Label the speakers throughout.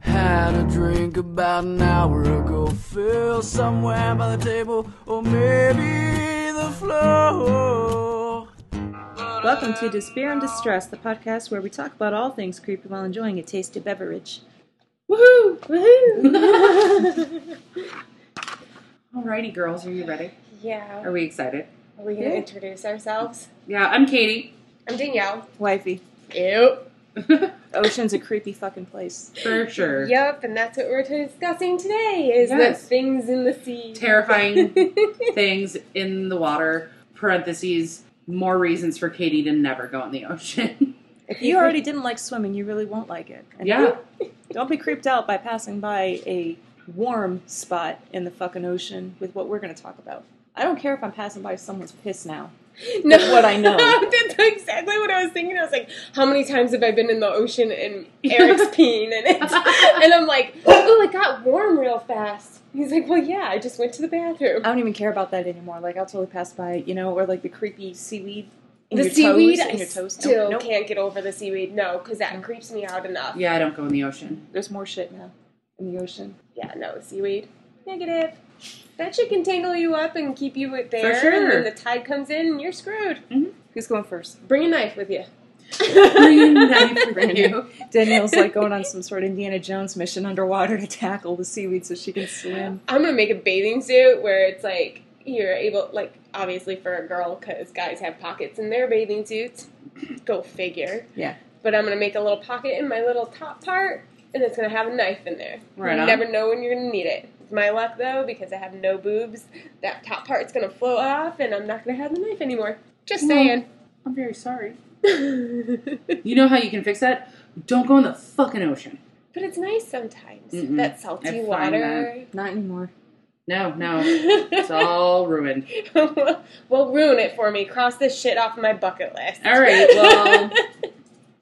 Speaker 1: had a drink about an hour ago. Fell somewhere by the table, or maybe the floor.
Speaker 2: Welcome to Despair and Distress, the podcast where we talk about all things creepy while enjoying a tasty beverage. Woohoo! Woohoo!
Speaker 3: Alrighty, girls, are you ready?
Speaker 4: Yeah.
Speaker 3: Are we excited?
Speaker 4: Are we gonna
Speaker 2: Yeah.
Speaker 4: introduce ourselves?
Speaker 3: Yeah, I'm Katie.
Speaker 4: I'm Danielle.
Speaker 2: Wifey,
Speaker 4: Ew.
Speaker 2: ocean's a creepy fucking place.
Speaker 3: For sure.
Speaker 4: Yep, and that's what we're discussing today is
Speaker 3: Yes.
Speaker 4: the things in the sea.
Speaker 3: Terrifying things in the water. Parentheses. More reasons for Katie to never go in the ocean.
Speaker 2: If you already didn't like swimming, you really won't like it. And
Speaker 3: yeah.
Speaker 2: Don't be creeped out by passing by a warm spot in the fucking ocean with what we're going to talk about. I don't care if I'm passing by someone's piss now.
Speaker 4: no,
Speaker 2: what I know.
Speaker 4: that's exactly what I was thinking. I was like, how many times have I been in the ocean and Eric's peeing in it? And I'm like, oh, it got warm real fast. He's like, well, yeah, I just went to the bathroom.
Speaker 2: I don't even care about that anymore. Like I'll totally pass by, you know, or like the creepy seaweed. In
Speaker 4: the
Speaker 2: your
Speaker 4: seaweed,
Speaker 2: toes, in
Speaker 4: I
Speaker 2: your toes. Nope,
Speaker 4: still
Speaker 2: nope.
Speaker 4: can't get over the seaweed. No, because that creeps me out enough.
Speaker 3: Yeah, I don't go in the ocean.
Speaker 2: There's more shit now in the ocean.
Speaker 4: Yeah, no, seaweed. Negative. That shit can tangle you up and keep you with there.
Speaker 3: sure.
Speaker 4: And then the tide comes in and you're screwed.
Speaker 2: Who's going first?
Speaker 4: Bring a knife with you.
Speaker 3: Bring a knife with you.
Speaker 2: Danielle's like going on some sort of Indiana Jones mission underwater to tackle the seaweed so she can swim.
Speaker 4: I'm gonna make a bathing suit where it's like you're able, like obviously for a girl, because guys have pockets in their bathing suits. Go figure.
Speaker 2: Yeah.
Speaker 4: But I'm gonna make a little pocket in my little top part, and it's gonna have a knife in there.
Speaker 3: Right
Speaker 4: you
Speaker 3: on.
Speaker 4: never know when you're gonna need it. It's my luck though, because I have no boobs. That top part's gonna float off, and I'm not gonna have the knife anymore. Just
Speaker 3: No.
Speaker 4: saying.
Speaker 3: I'm very sorry.
Speaker 4: but
Speaker 3: You know how you can fix that? Don't go in the fucking ocean.
Speaker 4: it's nice sometimes.
Speaker 3: Mm-mm.
Speaker 4: That
Speaker 3: I
Speaker 4: salty
Speaker 3: find
Speaker 4: water.
Speaker 2: Not anymore.
Speaker 3: No, no. It's all ruined.
Speaker 4: well, ruin it for me. Cross this shit off my bucket list.
Speaker 3: All right, well,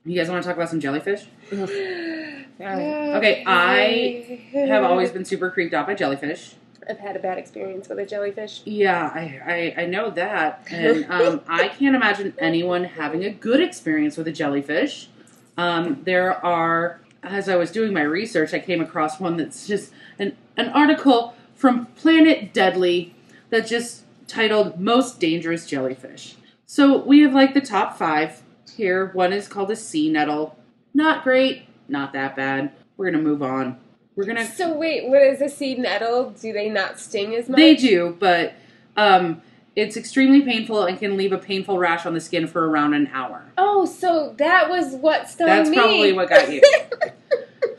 Speaker 3: you guys want to talk about some jellyfish? Okay, I Have always been super creeped out by jellyfish.
Speaker 4: I've had a bad experience with a jellyfish.
Speaker 3: Yeah, I, I, I know that. And um, I can't imagine anyone having a good experience with a jellyfish. Um, there are, as I was doing my research, I came across one that's just an, an article from Planet Deadly that just titled Most Dangerous Jellyfish. So we have like the top five here. One is called a sea nettle. Not great, not that bad. We're going to move on. We're going to
Speaker 4: So wait, what is a sea nettle? Do they not sting as much?
Speaker 3: they do, but um, it's extremely painful and can leave a painful rash on the skin for around an hour.
Speaker 4: Oh, so that was what stung
Speaker 3: That's
Speaker 4: me.
Speaker 3: probably what got you.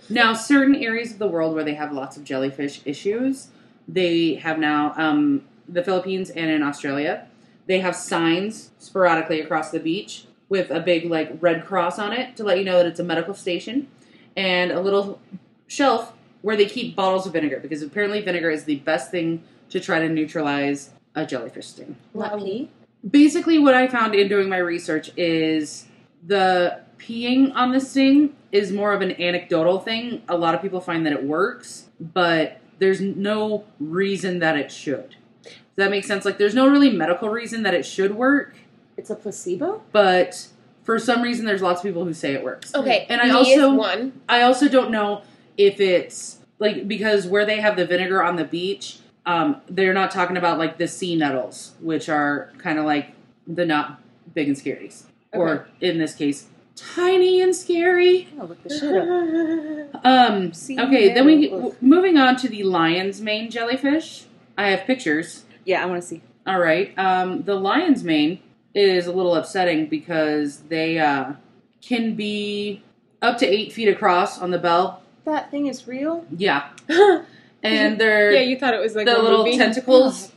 Speaker 3: now, certain areas of the world where they have lots of jellyfish issues, they have now um, the Philippines and in Australia, they have signs sporadically across the beach with a big like red cross on it to let you know that it's a medical station, and a little shelf where they keep bottles of vinegar because apparently vinegar is the best thing to try to neutralize a jellyfish sting
Speaker 2: Not pee.
Speaker 3: basically what i found in doing my research is the peeing on this thing is more of an anecdotal thing a lot of people find that it works but there's no reason that it should does that make sense like there's no really medical reason that it should work
Speaker 2: It's a placebo?
Speaker 3: but for some reason there's lots of people who say it works
Speaker 4: Okay,
Speaker 3: And I
Speaker 4: me
Speaker 3: also-
Speaker 4: is one.
Speaker 3: I also don't know if it's like because where they have the vinegar on the beach, um, they're not talking about like the sea nettles, which are kind of like the not big and scaries, or in this case, tiny and scary.
Speaker 2: I'm gonna look this shit up.
Speaker 3: Um,
Speaker 2: Sea
Speaker 3: okay, then we
Speaker 2: nettle.
Speaker 3: w- moving on to the lion's mane jellyfish. I have pictures.
Speaker 2: Yeah, I want to see.
Speaker 3: All right. Um, the lion's mane is a little upsetting because they uh, can be up to eight feet across on the bell.
Speaker 2: That thing is real?
Speaker 3: Yeah,
Speaker 4: yeah,
Speaker 3: and they're
Speaker 4: you thought it was like
Speaker 3: the
Speaker 4: a
Speaker 3: little
Speaker 4: movie.
Speaker 3: tentacles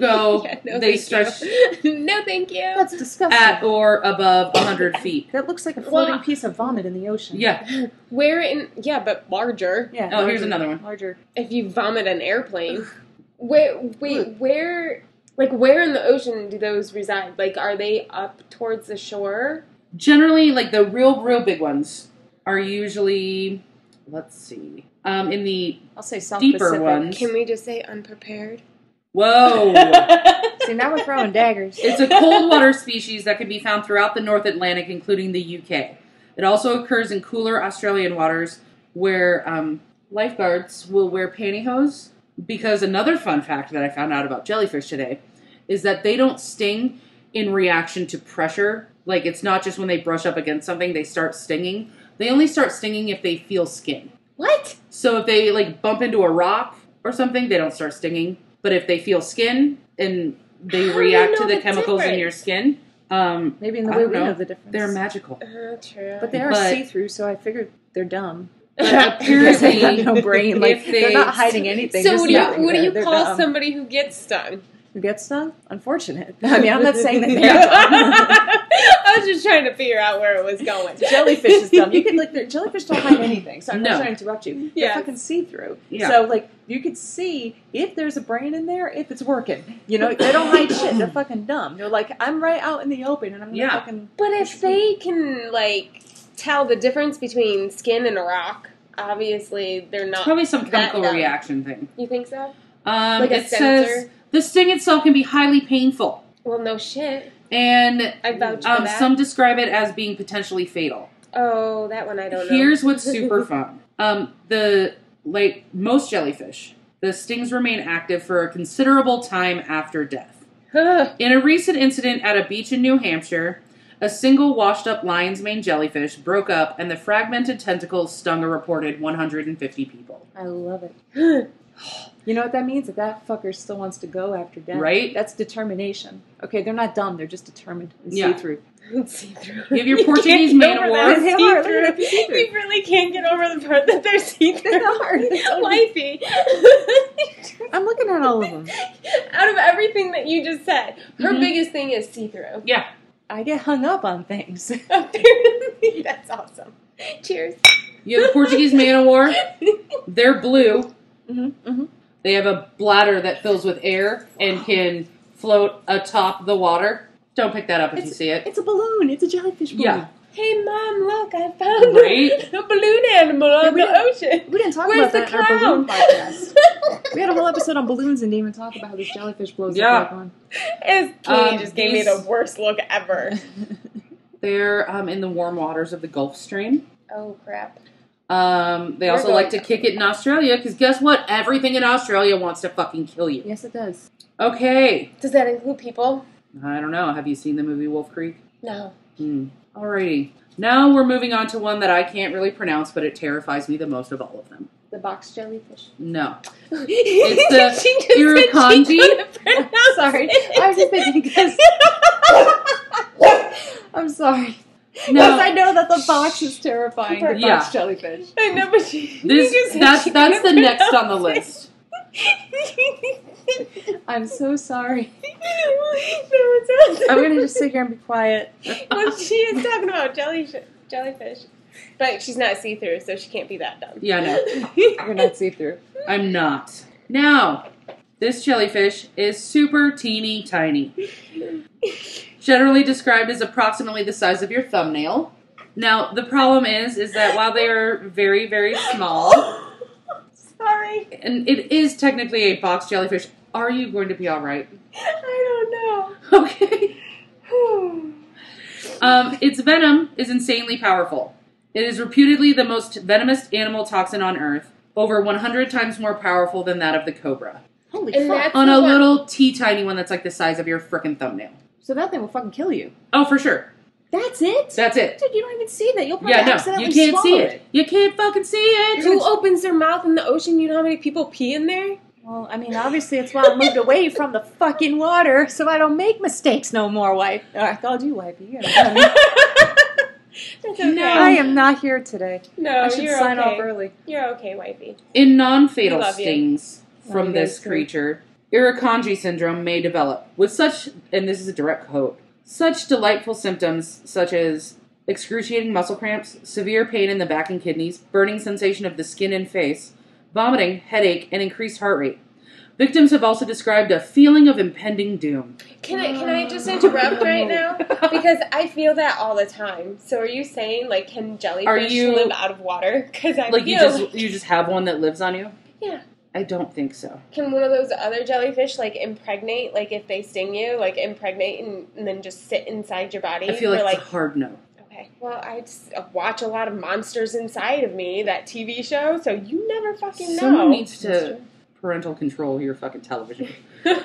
Speaker 3: go
Speaker 4: Yeah, no,
Speaker 3: they
Speaker 4: thank
Speaker 3: stretch
Speaker 4: you. no, thank you.
Speaker 2: That's disgusting.
Speaker 3: at or above 100 feet
Speaker 2: that looks like a floating
Speaker 4: Well-
Speaker 2: piece of vomit in the ocean.
Speaker 3: yeah
Speaker 4: Where in yeah, but larger.
Speaker 2: Yeah.
Speaker 3: Oh, here's another one.
Speaker 2: Larger.
Speaker 4: If you vomit an airplane, where wait where like where in the ocean do those reside? Like are they up towards the shore?
Speaker 3: generally like the real real big ones are usually let's see um in the
Speaker 2: I'll say South
Speaker 3: Deeper
Speaker 2: Pacific.
Speaker 3: ones.
Speaker 4: Can we just say unprepared?
Speaker 3: whoa
Speaker 2: See, now we're throwing daggers.
Speaker 3: it's a cold water species that can be found throughout the north atlantic including the uk it also occurs in cooler australian waters where um, lifeguards will wear pantyhose because another fun fact that I found out about jellyfish today is that they don't sting in reaction to pressure. Like it's not just when they brush up against something they start stinging. They only start stinging if they feel skin.
Speaker 4: What?
Speaker 3: So if they like bump into a rock or something, they don't start stinging. But if they feel skin and they
Speaker 4: How do
Speaker 3: react
Speaker 4: you
Speaker 3: to
Speaker 4: know
Speaker 3: the,
Speaker 4: the
Speaker 3: chemicals in your
Speaker 4: difference?
Speaker 3: skin, um,
Speaker 2: Maybe in the
Speaker 3: I
Speaker 2: way
Speaker 3: don't
Speaker 2: we know.
Speaker 3: know.
Speaker 2: the difference.
Speaker 3: they're magical.
Speaker 4: Uh, true.
Speaker 2: but they are
Speaker 3: But-
Speaker 2: see-through, so I figured they're dumb.
Speaker 3: But
Speaker 2: Because they have
Speaker 3: apparently,
Speaker 2: no brain. Like
Speaker 3: if they-
Speaker 2: they're not hiding anything.
Speaker 4: so
Speaker 2: just
Speaker 4: what do you,
Speaker 2: nothing.
Speaker 4: what do
Speaker 2: They're-
Speaker 4: you
Speaker 2: they're
Speaker 4: call
Speaker 2: dumb.
Speaker 4: somebody who gets stung?
Speaker 2: who gets them? Unfortunate. I mean, I'm not saying that they're dumb.
Speaker 4: I was just trying to figure out where it was going.
Speaker 2: jellyfish is dumb. You can like they're- jellyfish don't hide anything, so I'm
Speaker 3: No.
Speaker 2: not trying to interrupt you.
Speaker 4: Yeah.
Speaker 2: They're fucking see through.
Speaker 3: Yeah.
Speaker 2: So like you could see if there's a brain in there, if it's working. You know, they don't hide shit. They're fucking dumb. They're like, I'm right out in the open and I'm gonna
Speaker 3: Yeah.
Speaker 2: fucking
Speaker 4: But if they can like tell the difference between skin and a rock, obviously they're
Speaker 3: it's
Speaker 4: not.
Speaker 3: probably some
Speaker 4: that
Speaker 3: chemical
Speaker 4: dumb.
Speaker 3: reaction thing.
Speaker 4: You think so?
Speaker 3: Um,
Speaker 4: Like a
Speaker 3: it says
Speaker 4: sensor?
Speaker 3: the sting itself can be highly painful,
Speaker 4: Well, no shit.
Speaker 3: and
Speaker 4: I vouch for
Speaker 3: um,
Speaker 4: that.
Speaker 3: some describe it as being potentially fatal.
Speaker 4: oh, that one I don't know.
Speaker 3: Here's what's super fun. Um, the like most jellyfish, the stings remain active for a considerable time after death.
Speaker 4: Ugh.
Speaker 3: In a recent incident at a beach in New Hampshire, a single washed up lion's mane jellyfish broke up and the fragmented tentacles stung a reported 150 people.
Speaker 2: I love it. You know what that means? That that fucker still wants to go after death.
Speaker 3: Right?
Speaker 2: That's determination. Okay, they're not dumb. They're just determined and
Speaker 3: Yeah.
Speaker 2: see through.
Speaker 4: see through.
Speaker 3: Give your
Speaker 4: You can't
Speaker 3: Portuguese
Speaker 4: get
Speaker 3: man
Speaker 4: over
Speaker 3: a
Speaker 4: that
Speaker 2: word. They are,
Speaker 4: see-through.
Speaker 2: look at that see-through.
Speaker 4: You really can't get over the part that they're see
Speaker 2: They are.
Speaker 4: Wifey.
Speaker 2: I'm looking at all of them. Mm-hmm.
Speaker 4: Out of everything that you just said, her
Speaker 3: Mhm.
Speaker 4: biggest thing is see through.
Speaker 3: Yeah,
Speaker 2: I get hung up on things.
Speaker 4: Apparently, that's awesome. Cheers.
Speaker 3: you have a Portuguese man o' war. They're blue.
Speaker 2: hmm hmm
Speaker 3: They have a bladder that fills with air and can float atop the water. Don't pick that up if you see it.
Speaker 2: It's a balloon. It's a jellyfish balloon.
Speaker 3: Yeah.
Speaker 4: Hey, mom, look, I found
Speaker 3: Right?
Speaker 4: a balloon animal on
Speaker 2: we
Speaker 4: the
Speaker 2: didn't-
Speaker 4: ocean.
Speaker 2: We didn't talk
Speaker 4: Where's
Speaker 2: about
Speaker 4: the
Speaker 2: that in our balloon
Speaker 4: clown?
Speaker 2: podcast. we had a whole episode on balloons and didn't even talk about how this jellyfish blows
Speaker 3: Yeah.
Speaker 2: up. like one.
Speaker 4: It's Katie
Speaker 3: Um,
Speaker 4: just gave me
Speaker 3: these-
Speaker 4: the worst look ever.
Speaker 3: They're um, in the warm waters of the Gulf Stream.
Speaker 4: oh, crap.
Speaker 3: Um, they
Speaker 4: We're
Speaker 3: also
Speaker 4: going
Speaker 3: like to
Speaker 4: down.
Speaker 3: kick it in Australia because guess what? Everything in Australia wants to fucking kill you.
Speaker 2: Yes, it does.
Speaker 3: Okay.
Speaker 4: Does that include people?
Speaker 3: I don't know. Have you seen the movie Wolf Creek?
Speaker 4: No.
Speaker 3: Hmm. Alrighty. Now we're moving on to one that I can't really pronounce, but it terrifies me the most of all of them.
Speaker 4: The box jellyfish.
Speaker 3: No.
Speaker 4: It's
Speaker 3: the Irukandji.
Speaker 2: Sorry. I was just thinking because. I'm sorry. Because I
Speaker 3: No.
Speaker 2: know that the box is terrifying. The box
Speaker 3: Yeah.
Speaker 2: jellyfish.
Speaker 4: I know, but she,
Speaker 3: This
Speaker 4: you just said
Speaker 3: that's
Speaker 4: she
Speaker 3: that's the
Speaker 4: couldn't
Speaker 3: next on the
Speaker 4: pronounce
Speaker 3: list.
Speaker 4: it.
Speaker 2: I'm so sorry.
Speaker 4: no, it's awesome.
Speaker 2: I'm gonna just sit here and be quiet.
Speaker 4: well, she is talking about jellyfish, jellyfish, but she's not see through, so she can't be that dumb.
Speaker 3: Yeah,
Speaker 2: You're not see through.
Speaker 3: I'm not. Now, this jellyfish is super teeny tiny. Generally described as approximately the size of your thumbnail. Now, the problem is is that while they are very very small,
Speaker 4: Sorry,
Speaker 3: and it is technically a box jellyfish, are you going to be all right?
Speaker 2: Oh,
Speaker 4: I
Speaker 3: Okay.
Speaker 4: don't know.
Speaker 3: Um, its venom is insanely powerful. It is reputedly the most venomous animal toxin on Earth, over 100 times more powerful than that of the cobra.
Speaker 2: Holy
Speaker 4: And
Speaker 2: fuck!
Speaker 4: that's
Speaker 3: on
Speaker 4: the
Speaker 3: a
Speaker 4: one-
Speaker 3: little tea tiny one that's like the size of your frickin' thumbnail.
Speaker 2: So that thing will fucking kill you.
Speaker 3: Oh, for sure.
Speaker 2: That's it.
Speaker 3: That's it.
Speaker 2: Dude, you don't even see that. You'll probably
Speaker 3: Yeah, no,
Speaker 2: accidentally
Speaker 3: you can't
Speaker 2: swallow
Speaker 3: see it. You can't fucking see it.
Speaker 4: Who opens their mouth in the ocean? You know how many people pee in there?
Speaker 2: Well, I mean, obviously, it's why I moved away from the fucking water, so I don't make mistakes no more, wife. Or I called you wifey. You know.
Speaker 4: That's okay.
Speaker 3: No.
Speaker 2: I am not here today.
Speaker 4: No,
Speaker 2: I should
Speaker 4: Oh, you're
Speaker 2: sign
Speaker 4: okay.
Speaker 2: off early.
Speaker 4: You're okay, wifey.
Speaker 3: In
Speaker 4: We
Speaker 3: non-fatal
Speaker 4: love you.
Speaker 3: stings
Speaker 2: Love
Speaker 3: from
Speaker 2: you
Speaker 3: this
Speaker 2: guys, too.
Speaker 3: creature, Irukandji syndrome may develop with such, and this is a direct quote, such delightful symptoms such as excruciating muscle cramps, severe pain in the back and kidneys, burning sensation of the skin and face, vomiting, headache, and increased heart rate. Victims have also described a feeling of impending doom.
Speaker 4: Can I can I just interrupt right now? Because I feel that all the time. So are you saying like can jellyfish
Speaker 3: you-
Speaker 4: live out of water? Because I
Speaker 3: like
Speaker 4: feel
Speaker 3: you
Speaker 4: like-
Speaker 3: just you just have one that lives on you?
Speaker 4: yeah.
Speaker 3: I don't think so.
Speaker 4: Can one of those other jellyfish like impregnate? Like if they sting you, like impregnate and, and then just sit inside your body
Speaker 3: I feel
Speaker 4: for
Speaker 3: like,
Speaker 4: like
Speaker 3: it's a hard no.
Speaker 4: okay, well, I just uh, watch a lot of monsters inside of me, that TV show, so you never fucking know.
Speaker 3: Someone needs to-
Speaker 4: That's true.
Speaker 3: Parental control your fucking television. okay,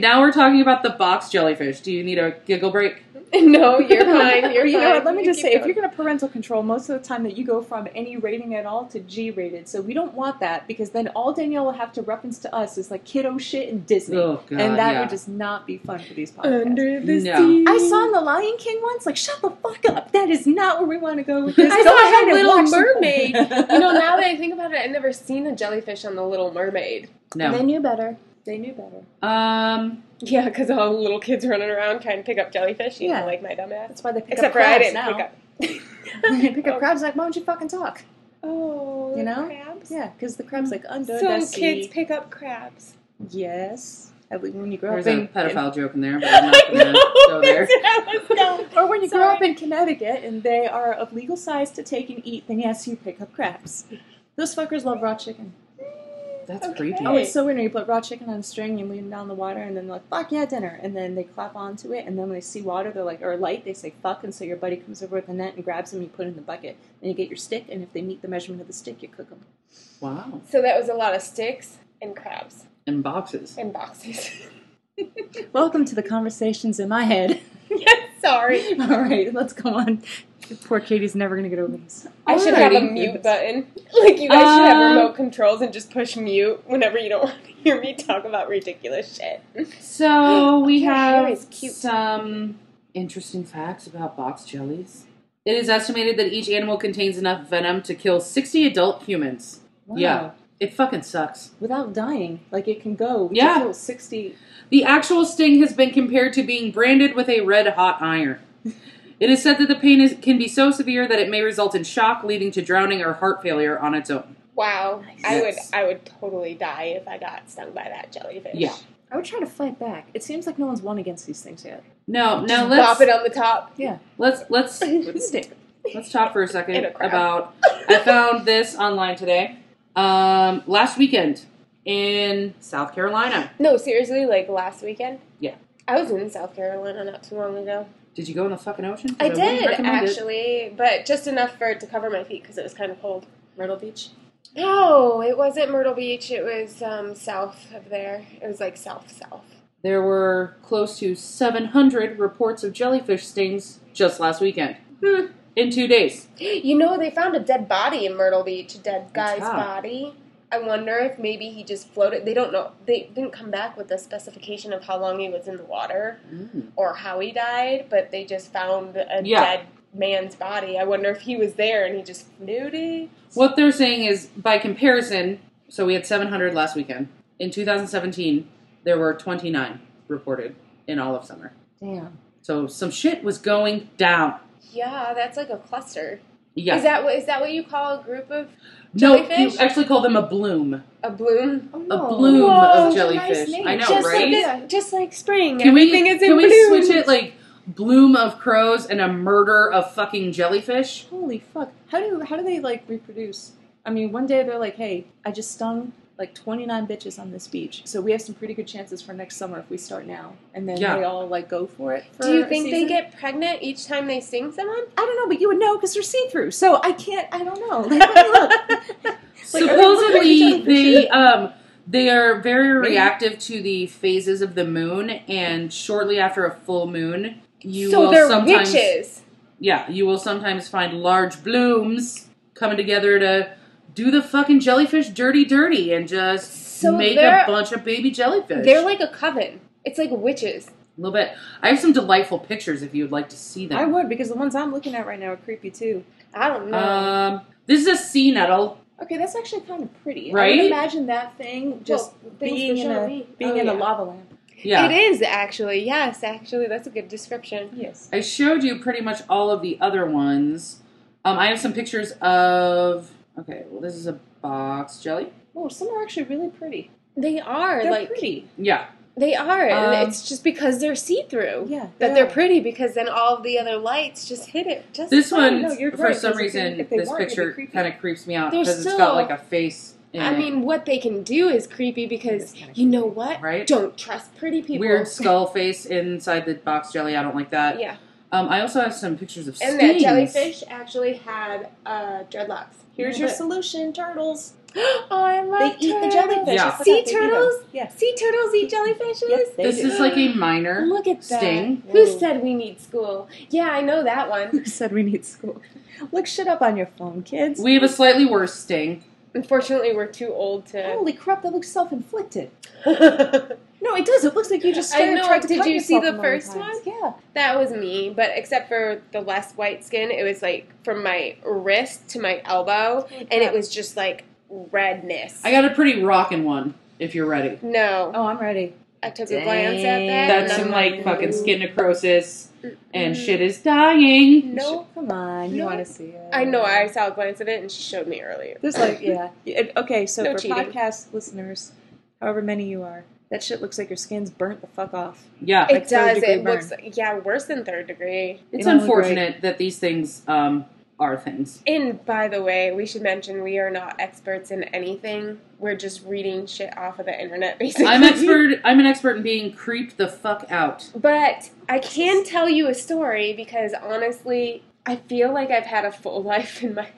Speaker 3: now we're talking about the box jellyfish. Do you need a giggle break?
Speaker 4: no, you're fine. You're
Speaker 2: you know
Speaker 4: fine.
Speaker 2: what? Let me just
Speaker 4: keep
Speaker 2: say, if
Speaker 4: going.
Speaker 2: you're going to parental control, most of the time that you go from any rating at all to G rated. So we don't want that because then all Danielle will have to reference to us is like kiddo shit and Disney,
Speaker 3: Oh god,
Speaker 2: and that
Speaker 3: yeah.
Speaker 2: would just not be fun for these podcasts.
Speaker 3: the No. sea.
Speaker 2: I saw in The Lion King once, like, shut the fuck up. That is not where we want to go with this.
Speaker 4: I
Speaker 2: Go
Speaker 4: saw
Speaker 2: ahead
Speaker 4: The
Speaker 2: and
Speaker 4: Little
Speaker 2: watch some-
Speaker 4: Mermaid. You know, now that I think about it, I've never seen a jellyfish on The Little Mermaid.
Speaker 2: They
Speaker 3: no.
Speaker 2: knew better. They knew better.
Speaker 3: Um,
Speaker 4: Yeah, because all the little kids running around trying to pick up jellyfish, you
Speaker 2: Yeah.
Speaker 4: know, like my dumbass.
Speaker 2: That's why they pick
Speaker 4: Except
Speaker 2: up
Speaker 4: for I
Speaker 2: crabs
Speaker 4: didn't
Speaker 2: now.
Speaker 4: pick up.
Speaker 2: they pick up crabs like, why don't you fucking talk?
Speaker 4: Oh,
Speaker 2: You know?
Speaker 4: crabs.
Speaker 2: Yeah, because the crab's like under
Speaker 4: so
Speaker 2: the
Speaker 4: kids
Speaker 2: sea.
Speaker 4: pick up crabs.
Speaker 2: yes. At least When you grow
Speaker 3: there's
Speaker 2: up
Speaker 3: a
Speaker 2: in,
Speaker 3: pedophile joke in there, but I'm not gonna go there.
Speaker 4: that's what I was
Speaker 2: or when you grow
Speaker 4: Sorry.
Speaker 2: up in Connecticut and they are of legal size to take and eat, then yes, you pick up crabs. Those fuckers love raw chicken.
Speaker 3: That's
Speaker 4: Okay.
Speaker 3: creepy.
Speaker 2: Oh, it's so weird. when You put raw chicken on a string, you lean down the water, and then they're like, fuck yeah, dinner. And then they clap onto it, and then when they see water, they're like, or light, they say fuck. And so your buddy comes over with a net and grabs them, you put it in the bucket. Then you get your stick, and if they meet the measurement of the stick, you cook them.
Speaker 3: Wow.
Speaker 4: So that was a lot of sticks and crabs
Speaker 3: In boxes.
Speaker 4: and boxes.
Speaker 2: Welcome to the conversations in my head.
Speaker 4: Sorry.
Speaker 2: All right, let's go on. Poor Katie's never going to get over this.
Speaker 4: I should have a
Speaker 3: Alrighty.
Speaker 4: mute button. Like you guys should have
Speaker 3: Um,
Speaker 4: remote controls and just push mute whenever you don't want to hear me talk about ridiculous shit.
Speaker 3: So we
Speaker 4: Your hair
Speaker 3: have
Speaker 4: is cute.
Speaker 3: some interesting facts about box jellies. It is estimated that each animal contains enough venom to kill 60 adult humans.
Speaker 2: Wow.
Speaker 3: Yeah. It fucking sucks.
Speaker 2: Without dying, like it can go to
Speaker 3: Yeah.
Speaker 2: kill 60.
Speaker 3: The actual sting has been compared to being branded with a red hot iron. It is said that the pain is, can be so severe that it may result in shock, leading to drowning or heart failure on its own.
Speaker 4: Wow.
Speaker 2: Nice.
Speaker 4: I would
Speaker 3: Yes.
Speaker 4: I would totally die if I got stung by that jellyfish.
Speaker 3: Yeah.
Speaker 2: I would try to fight back. It seems like no one's won against these things yet.
Speaker 3: No, now
Speaker 4: Just bop it
Speaker 3: let's
Speaker 4: on the top.
Speaker 3: let's let's
Speaker 2: With a stick.
Speaker 3: Let's talk for a
Speaker 4: In
Speaker 3: second
Speaker 4: a crowd.
Speaker 3: about. I found this online today. Um, last weekend in South Carolina.
Speaker 4: No, seriously, like last weekend?
Speaker 3: Yeah.
Speaker 4: I was in South Carolina not too long ago.
Speaker 3: Did you go in the fucking ocean? 'Cause
Speaker 4: I
Speaker 3: wouldn't
Speaker 4: did,
Speaker 3: recommend it.
Speaker 4: actually, but just enough for it to cover my feet because it was kind of cold.
Speaker 2: Myrtle Beach.
Speaker 4: No, it wasn't Myrtle Beach. It was um, south of there. It was like south south.
Speaker 3: There were close to 700 reports of jellyfish stings just last weekend.
Speaker 4: Hmm.
Speaker 3: In two days.
Speaker 4: You know, they found a dead body in Myrtle Beach, a dead guy's
Speaker 3: hot.
Speaker 4: body. I wonder if maybe he just floated. They don't know. They didn't come back with a specification of how long he was in the water or how he died, but they just found a
Speaker 3: Yeah.
Speaker 4: dead man's body. I wonder if he was there and he just knew it.
Speaker 3: What they're saying is, by comparison, so we had 700 last weekend. In 2017, there were 29 reported in all of summer.
Speaker 2: Damn.
Speaker 3: So some shit was going down.
Speaker 4: Yeah, that's like a cluster.
Speaker 3: Yeah.
Speaker 4: Is that what is that what you call a group of
Speaker 3: no, you
Speaker 4: jellyfish?
Speaker 3: actually call them a bloom.
Speaker 4: a bloom?
Speaker 2: Oh,
Speaker 3: A bloom
Speaker 4: Whoa,
Speaker 3: of
Speaker 4: it's a
Speaker 3: jellyfish. I know,
Speaker 4: just
Speaker 3: right?
Speaker 4: like this, just like spring.
Speaker 3: can we
Speaker 4: Everything is in
Speaker 3: can we
Speaker 4: bloom.
Speaker 3: switch it like bloom of crows and a murder of fucking jellyfish?
Speaker 2: Holy fuck! How do how do they like reproduce? I mean, one day they're like, "Hey, I just stung like 29 bitches on this beach, so we have some pretty good chances for next summer if we start now." And then
Speaker 3: Yeah.
Speaker 2: they all like go for it. For
Speaker 4: Do you
Speaker 2: a
Speaker 4: think they
Speaker 2: season?
Speaker 4: get pregnant each time they sting someone?
Speaker 2: I don't know, but you would know because they're see through. So I can't. I don't know. Like, let me look. Like, are they
Speaker 3: Supposedly
Speaker 2: looking at
Speaker 3: they
Speaker 2: jellyfish?
Speaker 3: um they are very
Speaker 2: Maybe.
Speaker 3: reactive to the phases of the moon, and shortly after a full moon, you
Speaker 4: so
Speaker 3: will
Speaker 4: they're
Speaker 3: sometimes
Speaker 4: witches.
Speaker 3: yeah you will sometimes find large blooms coming together to do the fucking jellyfish dirty dirty and just
Speaker 4: So
Speaker 3: make a
Speaker 4: they're-
Speaker 3: bunch of baby jellyfish.
Speaker 4: They're like a coven. It's like witches.
Speaker 3: a little bit. I have some delightful pictures if you would like to see them.
Speaker 2: I would because the ones I'm looking at right now are creepy too.
Speaker 4: I don't know.
Speaker 3: Um, this is a sea nettle.
Speaker 2: Okay, that's actually kind of pretty. I
Speaker 3: Right?
Speaker 2: would imagine that thing just
Speaker 4: Well, things
Speaker 2: being
Speaker 4: for
Speaker 2: in
Speaker 4: sure
Speaker 2: a
Speaker 4: we-
Speaker 2: being
Speaker 4: oh,
Speaker 2: in a
Speaker 4: yeah.
Speaker 2: lava lamp.
Speaker 3: Yeah.
Speaker 4: It is actually yes, actually that's a good description.
Speaker 2: Yes.
Speaker 3: I showed you pretty much all of the other ones. Um, I have some pictures of. Okay, well, this is a box jelly.
Speaker 2: Oh, some are actually really pretty.
Speaker 4: They are
Speaker 2: They're
Speaker 4: like
Speaker 2: pretty.
Speaker 3: Yeah.
Speaker 4: they are,
Speaker 3: Um,
Speaker 4: and it's just because they're see through
Speaker 2: Yeah.
Speaker 4: that they're
Speaker 2: are.
Speaker 4: pretty because then all of the other lights just hit it. Just
Speaker 3: This
Speaker 2: fine.
Speaker 3: one,
Speaker 2: No, you're
Speaker 3: for
Speaker 2: right,
Speaker 3: some
Speaker 2: 'cause if they-
Speaker 3: reason,
Speaker 2: if they
Speaker 3: this
Speaker 2: weren't, it'd be
Speaker 3: picture
Speaker 2: creepy.
Speaker 3: kind of creeps me out
Speaker 4: They're
Speaker 3: because it's got
Speaker 4: still-
Speaker 3: like a face. In
Speaker 4: I
Speaker 3: it.
Speaker 4: mean, what they can do is creepy because you know what?
Speaker 3: Right?
Speaker 4: Don't trust pretty people.
Speaker 3: weird skull face inside the box jelly. I don't like that.
Speaker 4: Yeah.
Speaker 3: Um, I also have some pictures of
Speaker 4: And that
Speaker 3: stings.
Speaker 4: jellyfish actually had uh, dreadlocks.
Speaker 2: Here's your solution, turtles.
Speaker 4: oh, I
Speaker 2: They
Speaker 4: love
Speaker 2: eat the
Speaker 4: turtles.
Speaker 2: jellyfish.
Speaker 3: Yeah.
Speaker 2: I forgot
Speaker 4: Sea
Speaker 2: they eat them.
Speaker 4: turtles?
Speaker 2: Yes.
Speaker 4: Sea turtles eat jellyfishes?
Speaker 2: Yes, they
Speaker 3: This
Speaker 2: do.
Speaker 3: is like a minor.
Speaker 4: Look at that.
Speaker 3: Sting.
Speaker 4: Who
Speaker 2: Whoa.
Speaker 4: said we need school? Yeah, I know that one.
Speaker 2: Who said we need school? Look shit up on your phone, kids.
Speaker 3: We have a slightly worse sting.
Speaker 4: Unfortunately, we're too old to.
Speaker 2: Holy crap, that looks self inflicted.
Speaker 3: Oh.
Speaker 4: that
Speaker 2: No, it does. It looks like you just
Speaker 4: I
Speaker 2: started,
Speaker 4: know.
Speaker 2: tried to
Speaker 4: Did
Speaker 2: cut
Speaker 4: you see
Speaker 2: yourself
Speaker 4: the
Speaker 2: a million
Speaker 4: first
Speaker 2: times. Yeah.
Speaker 4: was me, but except for the less white skin, it was like from my wrist to my elbow, and it was just like redness.
Speaker 3: I got a pretty rockin' one. If you're ready,
Speaker 4: no,
Speaker 2: Oh, I'm ready.
Speaker 4: I took a glance at that.
Speaker 2: Dang.
Speaker 3: that's
Speaker 4: and
Speaker 3: some
Speaker 4: I'm
Speaker 3: like fucking skin necrosis and
Speaker 4: Mm.
Speaker 3: shit is dying.
Speaker 4: No,
Speaker 2: Come on, you
Speaker 4: No.
Speaker 2: want to see it.
Speaker 4: I know. I saw a glance at it, and she showed me earlier.
Speaker 2: There's like, yeah. It- Okay, so
Speaker 4: No
Speaker 2: for
Speaker 4: cheating.
Speaker 2: podcast listeners, however many you are, that shit looks like your skin's burnt the fuck off.
Speaker 3: Yeah,
Speaker 4: It
Speaker 2: Like
Speaker 4: does.
Speaker 2: third-degree
Speaker 4: It looks yeah worse than third degree.
Speaker 3: it's
Speaker 2: don't look
Speaker 3: unfortunate that these things um, are things.
Speaker 4: And by the way, we should mention we are not experts in anything. We're just reading shit off of the internet, basically.
Speaker 3: I'm expert. I'm an expert in being creeped the fuck out.
Speaker 4: But I can tell you a story because honestly, I feel like I've had a full life in my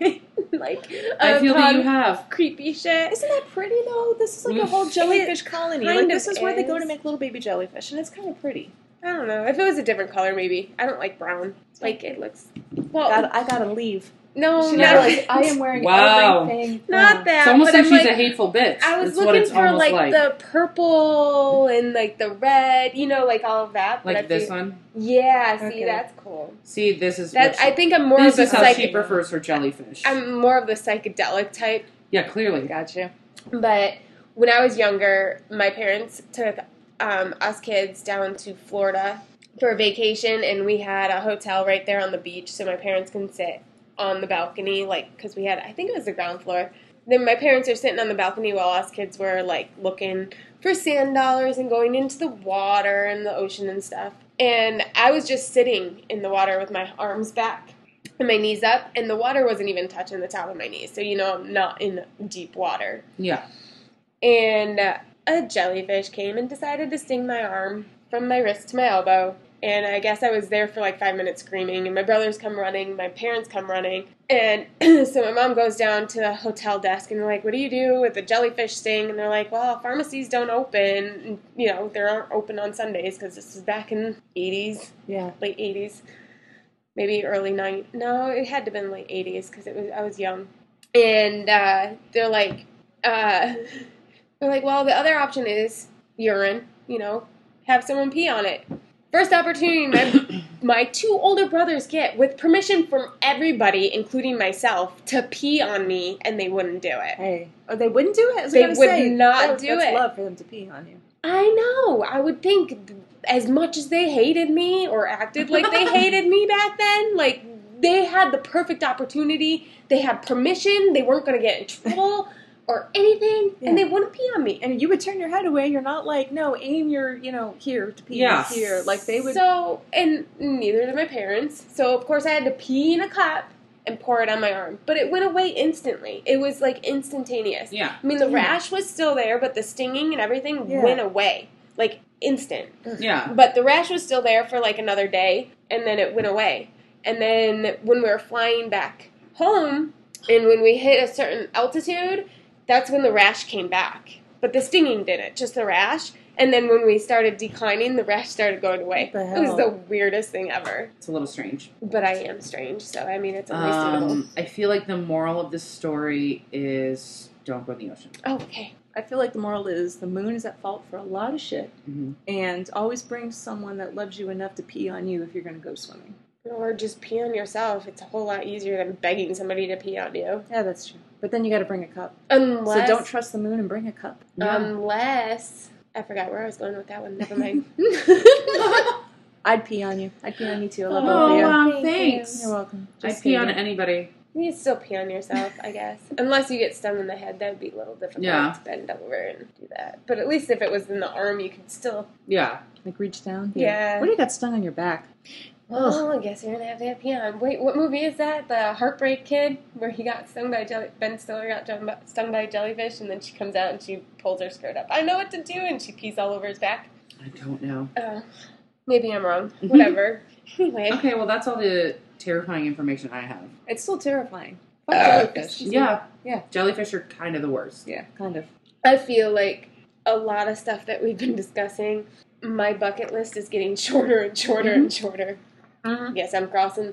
Speaker 4: like.
Speaker 3: I feel that you
Speaker 4: upon
Speaker 3: have.
Speaker 4: creepy shit.
Speaker 2: Isn't that pretty though? This is like a
Speaker 3: Oof.
Speaker 2: whole jellyfish colony.
Speaker 4: kind
Speaker 2: Like
Speaker 4: of
Speaker 2: this is where they go to
Speaker 4: is.
Speaker 2: make little baby jellyfish, and it's kind of pretty.
Speaker 4: I don't know. If it was a different color, maybe. I don't like brown. Like it looks. Well,
Speaker 2: Gotta, I gotta leave.
Speaker 4: no,
Speaker 2: She
Speaker 4: not,
Speaker 2: realized I am wearing
Speaker 3: Wow.
Speaker 2: everything. brown.
Speaker 4: not that.
Speaker 3: It's almost
Speaker 4: but
Speaker 3: like
Speaker 4: I'm
Speaker 3: she's
Speaker 4: like,
Speaker 3: a hateful bitch.
Speaker 4: I was
Speaker 3: That's what
Speaker 4: looking
Speaker 3: it's
Speaker 4: for
Speaker 3: almost
Speaker 4: like,
Speaker 3: like
Speaker 4: the purple and like the red, you know, like all of that. but I
Speaker 3: like this
Speaker 4: feel-
Speaker 3: one.
Speaker 4: Yeah, see,
Speaker 2: Okay.
Speaker 4: that's cool.
Speaker 3: See, this is
Speaker 4: That
Speaker 3: what
Speaker 4: I think I'm more
Speaker 3: this
Speaker 4: of
Speaker 3: is
Speaker 4: the
Speaker 3: how she
Speaker 4: psych-
Speaker 3: prefers her jellyfish.
Speaker 4: I'm more of the psychedelic type.
Speaker 3: yeah, clearly.
Speaker 2: Gotcha.
Speaker 4: But when I was younger, my parents took um, us kids down to Florida for a vacation, and we had a hotel right there on the beach, so my parents can sit on the balcony, like because we had I think it was the ground floor. Then my parents are sitting on the balcony while us kids were like looking for sand dollars and going into the water and the ocean and stuff. And I was just sitting in the water with my arms back and my knees up, and the water wasn't even touching the top of my knees. So you know I'm not in deep water
Speaker 3: Yeah.
Speaker 4: and uh, a jellyfish came and decided to sting my arm from my wrist to my elbow. And I guess I was there for like five minutes screaming, and my brothers come running, my parents come running, and so my mom goes down to the hotel desk and they're like, "What do you do with a jellyfish sting?" And they're like, "Well, pharmacies don't open, you know, they aren't open on Sundays because this is back in '80s,
Speaker 2: Yeah.
Speaker 4: late '80s, maybe early '90s. No, it had to have been late '80s because it was I was young." And uh, they're like, uh, they're like, "Well, the other option is urine. You know, have someone pee on it." First opportunity, my my two older brothers get with permission from everybody, including myself, to pee on me, and they wouldn't do it.
Speaker 2: Hey. Oh, they wouldn't do it. I was
Speaker 4: They
Speaker 2: gonna
Speaker 4: would
Speaker 2: say,
Speaker 4: not
Speaker 2: that-
Speaker 4: do
Speaker 2: that's
Speaker 4: it.
Speaker 2: love for them to pee on you.
Speaker 4: I know. I would think as much as they hated me or acted like they hated me back then, like they had the perfect opportunity. They had permission. They weren't going to get in trouble or anything, and they wouldn't pee on me.
Speaker 2: And you would turn your head away. You're not like, no, aim your, you know, here to pee
Speaker 3: Yeah.
Speaker 2: here. Like they would.
Speaker 4: So, and neither did my parents. So, of course, I had to pee in a cup and pour it on my arm. But it went away instantly. It was like instantaneous.
Speaker 3: Yeah.
Speaker 4: I mean, the
Speaker 2: Yeah.
Speaker 4: rash was still there, but the stinging and everything
Speaker 2: Yeah.
Speaker 4: went away. Like, instant.
Speaker 3: Yeah.
Speaker 4: But the rash was still there for like another day, and then it went away. And then when we were flying back home, and when we hit a certain altitude, that's when the rash came back. But the stinging didn't, just the rash. And then when we started declining, the rash started going away.
Speaker 2: What the
Speaker 4: It was
Speaker 2: hell?
Speaker 4: the weirdest thing ever.
Speaker 3: It's a little strange.
Speaker 4: But I am strange, so I mean, it's only suitable.
Speaker 3: Um, I feel like the moral of this story is don't go in the ocean.
Speaker 4: Oh, Okay.
Speaker 2: I feel like the moral is the moon is at fault for a lot of shit,
Speaker 3: Mhm.
Speaker 2: and always bring someone that loves you enough to pee on you if you're gonna go swimming.
Speaker 4: Or just pee on yourself. It's a whole lot easier than begging somebody to pee on you.
Speaker 2: Yeah, that's true. But then you got to bring a cup.
Speaker 4: Unless.
Speaker 2: So don't trust the moon and bring a cup.
Speaker 3: Yeah.
Speaker 4: Um, Unless I forgot where I was going with that one. Never mind.
Speaker 2: I'd pee on you. I'd pee on you too. I love both
Speaker 3: oh,
Speaker 2: of you.
Speaker 3: wow,
Speaker 4: Thank
Speaker 3: thanks.
Speaker 2: You're welcome.
Speaker 3: I
Speaker 2: Just
Speaker 3: pee
Speaker 2: kidding.
Speaker 3: on anybody.
Speaker 4: you can still pee on yourself, I guess. Unless you get stung in the head, that would be a little difficult
Speaker 3: Yeah.
Speaker 4: to bend over and do that. But at least if it was in the arm, you could still.
Speaker 3: Yeah.
Speaker 2: Like reach down.
Speaker 4: Yeah.
Speaker 2: What do you got stung on your back?
Speaker 4: Oh, I guess you're gonna have to have pee on. Wait, what movie is that? The Heartbreak Kid, where he got stung by a jelly. Ben Stiller got jum- stung by a jellyfish, and then she comes out and she pulls her skirt up. I know what to do, and she pees all over his back.
Speaker 3: I don't know.
Speaker 4: Oh, Maybe I'm wrong. Whatever. anyway,
Speaker 3: Okay, well, that's all the terrifying information I have.
Speaker 2: It's still terrifying. Fuck
Speaker 4: Uh,
Speaker 2: jellyfish.
Speaker 3: Yeah.
Speaker 2: Yeah.
Speaker 3: Jellyfish are kind of the worst.
Speaker 2: Yeah, kind of.
Speaker 4: I feel like a lot of stuff that we've been discussing, my bucket list is getting shorter and shorter
Speaker 3: Mhm.
Speaker 4: and shorter. Yes, I'm crossing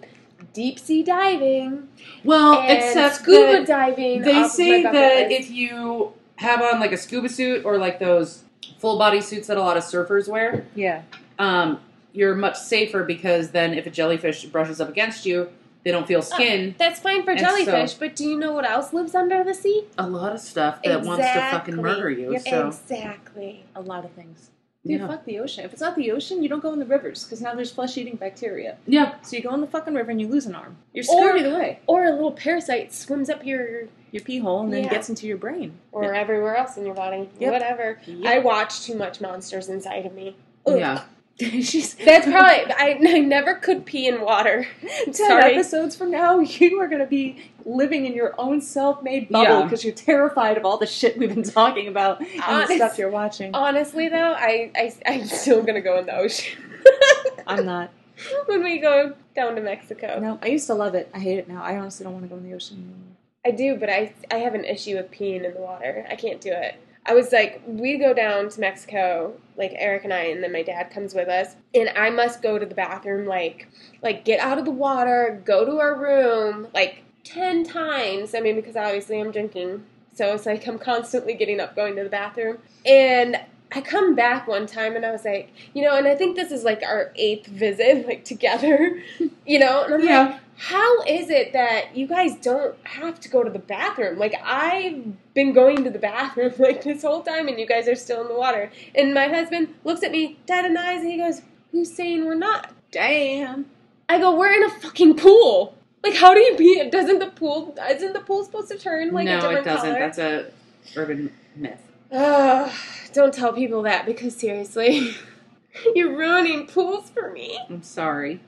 Speaker 4: deep sea diving
Speaker 3: Well,
Speaker 4: and
Speaker 3: except
Speaker 4: scuba
Speaker 3: that
Speaker 4: diving. off of
Speaker 3: They
Speaker 4: my
Speaker 3: say
Speaker 4: bucket
Speaker 3: that
Speaker 4: list.
Speaker 3: if you have on like a scuba suit or like those full body suits that a lot of surfers wear,
Speaker 2: Yeah.
Speaker 3: um, you're much safer because then if a jellyfish brushes up against you, they don't
Speaker 4: Oh.
Speaker 3: feel skin.
Speaker 4: that's fine for
Speaker 3: and
Speaker 4: jellyfish,
Speaker 3: so-
Speaker 4: but do you know what else lives under the sea?
Speaker 3: a lot of stuff that wants to fucking
Speaker 4: Exactly.
Speaker 3: murder you.
Speaker 2: Yep.
Speaker 3: So
Speaker 4: Exactly.
Speaker 2: A lot of things. Dude,
Speaker 3: yeah,
Speaker 2: fuck the ocean. If it's not the ocean, you don't go in the rivers because now there's flesh eating bacteria.
Speaker 3: yeah,
Speaker 2: So you go in the fucking river and you lose an arm. You're
Speaker 4: Or-
Speaker 2: screwed either way.
Speaker 4: Or a little parasite swims up your
Speaker 2: Your pee hole and then
Speaker 4: Yeah.
Speaker 2: gets into your brain.
Speaker 4: or everywhere else in your body.
Speaker 2: Yep.
Speaker 4: Whatever. I watch too much monsters inside of me.
Speaker 3: yeah.
Speaker 2: She's
Speaker 4: That's probably I, I never could pee in water.
Speaker 2: ten
Speaker 4: sorry.
Speaker 2: episodes from now. You are going to be living in your own self-made bubble
Speaker 3: Yeah.
Speaker 2: because you're terrified of all the shit we've been talking about and
Speaker 4: Honest-
Speaker 2: the stuff you're watching.
Speaker 4: Honestly though, I, I I'm still gonna go in the ocean
Speaker 2: I'm not.
Speaker 4: when we go down to Mexico.
Speaker 2: No, I used to love it. I hate it now. I honestly don't want to go in the ocean anymore.
Speaker 4: I do, but I I have an issue with peeing in the water. I can't do it. I was like, we go down to Mexico, like Eric and I, and then my dad comes with us, and I must go to the bathroom, like, like get out of the water, go to our room, like ten times. I mean, because obviously I'm drinking, so it's like I'm constantly getting up, going to the bathroom, and I come back one time, and I was like, you know, and I think this is like our eighth visit, like together, you know, and I'm like,
Speaker 3: Yeah.
Speaker 4: how is it that you guys don't have to go to the bathroom? Like I've been going to the bathroom like this whole time, and you guys are still in the water. And my husband looks at me dead in the eyes, and he goes, "Who's saying we're not?"
Speaker 2: Damn.
Speaker 4: I go, "We're in a fucking pool." Like how do you be? Doesn't the pool? Isn't the pool supposed to turn like a
Speaker 3: no,
Speaker 4: different
Speaker 3: it doesn't.
Speaker 4: color?
Speaker 3: That's a urban myth.
Speaker 4: Ugh, don't tell people that because seriously, you're ruining pools for me.
Speaker 3: I'm sorry.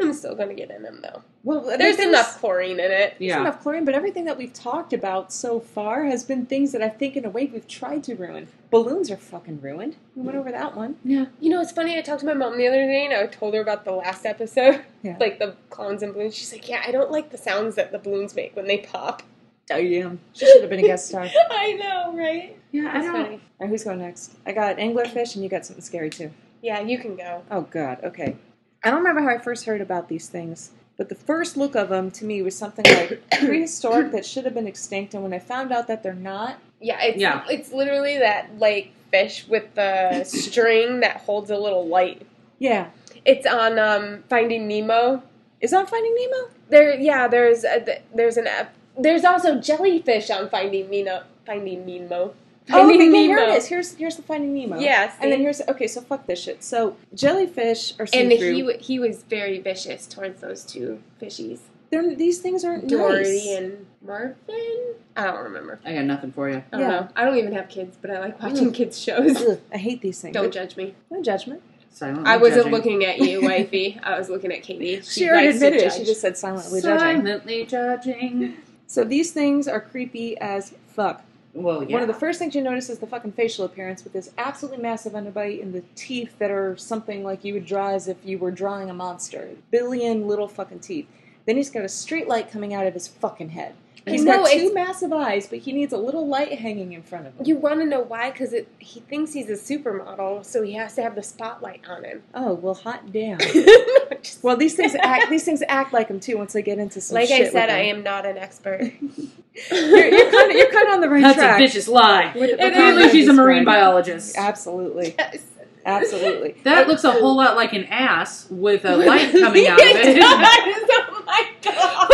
Speaker 4: I'm still gonna get in them though.
Speaker 2: Well,
Speaker 4: There's enough chlorine in it.
Speaker 2: There's
Speaker 3: Yeah,
Speaker 2: enough chlorine, but everything that we've talked about so far has been things that I think, in a way, we've tried to ruin. Balloons are fucking ruined. We went over that one.
Speaker 3: yeah.
Speaker 4: You know, it's funny. I talked to my mom the other day, and I told her about the last episode,
Speaker 2: Yeah.
Speaker 4: like the clowns and balloons. She's like, "Yeah, I don't like the sounds that the balloons make when they pop."
Speaker 2: Damn. She should have been a guest star. All
Speaker 4: I know, right?
Speaker 3: Yeah, I
Speaker 4: It's
Speaker 3: don't.
Speaker 4: funny.
Speaker 2: right, who's going next? I got anglerfish, and you got something scary too.
Speaker 4: Yeah, you can go.
Speaker 2: Oh God. Okay. I don't remember how I first heard about these things, but the first look of them to me was something like prehistoric that should have been extinct. And when I found out that they're not,
Speaker 4: Yeah, it's
Speaker 3: Yeah.
Speaker 4: it's literally that like fish with the string that holds a little light.
Speaker 2: yeah,
Speaker 4: It's on um, Finding Nemo.
Speaker 2: is on Finding Nemo?
Speaker 4: There, yeah, there's a, th- there's an ep- there's also jellyfish on Finding Nemo. Finding Nemo.
Speaker 2: Oh,
Speaker 4: Finding
Speaker 2: okay,
Speaker 4: Nemo.
Speaker 2: here it is. Here's here's the Finding Nemo.
Speaker 4: Yeah,
Speaker 2: And then
Speaker 4: see?
Speaker 2: here's okay. So fuck this shit. So jellyfish are
Speaker 4: and
Speaker 2: see-through.
Speaker 4: he wa- he was very vicious towards those two fishies.
Speaker 2: They're, these things aren't
Speaker 4: Dory
Speaker 2: nice.
Speaker 4: and Marvin. I don't remember.
Speaker 3: I got nothing for you.
Speaker 4: I don't
Speaker 2: Yeah. Mm.
Speaker 4: know. I don't even have kids, but I like watching kids shows.
Speaker 2: Ugh, I hate these things.
Speaker 4: Don't judge me.
Speaker 2: no judgment.
Speaker 3: Silent.
Speaker 4: I wasn't looking at you, wifey. I was looking at Katie.
Speaker 2: She, already
Speaker 4: likes to
Speaker 2: admitted it. She
Speaker 4: judge.
Speaker 2: just said silently judging.
Speaker 3: Silently judging.
Speaker 2: So these things are creepy as fuck.
Speaker 3: Well, yeah.
Speaker 2: One of the first things you notice is the fucking facial appearance with this absolutely massive underbite and the teeth that are something like you would draw as if you were drawing a monster. Billion little fucking teeth. Then he's got a straight light coming out of his fucking head.
Speaker 4: You
Speaker 2: He's
Speaker 4: know,
Speaker 2: got two
Speaker 4: it's-
Speaker 2: massive eyes, but he needs a little light hanging in front of him.
Speaker 4: You want to know why? Because he thinks he's a supermodel, so he has to have the spotlight on him.
Speaker 2: Oh well, hot damn.
Speaker 4: Just-
Speaker 2: Well, these things act. These things act like him too. Once they get into some
Speaker 4: like
Speaker 2: shit
Speaker 4: I
Speaker 2: with
Speaker 4: said,
Speaker 2: him.
Speaker 4: I am not an expert.
Speaker 2: You're, you're kind of you're kind of on the right
Speaker 3: That's
Speaker 2: track.
Speaker 3: a vicious lie.
Speaker 2: With- with how
Speaker 3: Apparently,
Speaker 2: you're
Speaker 3: she's a marine
Speaker 2: describing-
Speaker 3: biologist.
Speaker 2: Absolutely,
Speaker 4: Yes.
Speaker 2: absolutely.
Speaker 3: That looks a whole lot like an ass with a light coming out of it.
Speaker 4: does. Oh my god.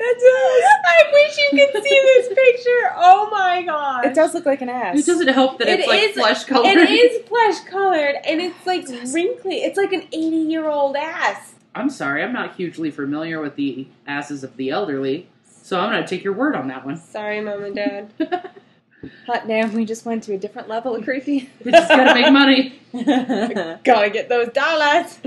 Speaker 4: I wish you could see this picture. Oh my god.
Speaker 2: It does look like an ass.
Speaker 3: It doesn't help that
Speaker 4: It
Speaker 3: it's like
Speaker 4: is-
Speaker 3: flesh colored.
Speaker 4: It is flesh colored and it's like wrinkly. It's like an 80 year old ass.
Speaker 3: I'm sorry, I'm not hugely familiar with the asses of the elderly, so I'm going to take your word on that one.
Speaker 4: Sorry, mom and dad.
Speaker 2: Hot damn! We just went to a different level of creepy.
Speaker 3: We just got to make money.
Speaker 2: but
Speaker 4: Gotta get those dollars.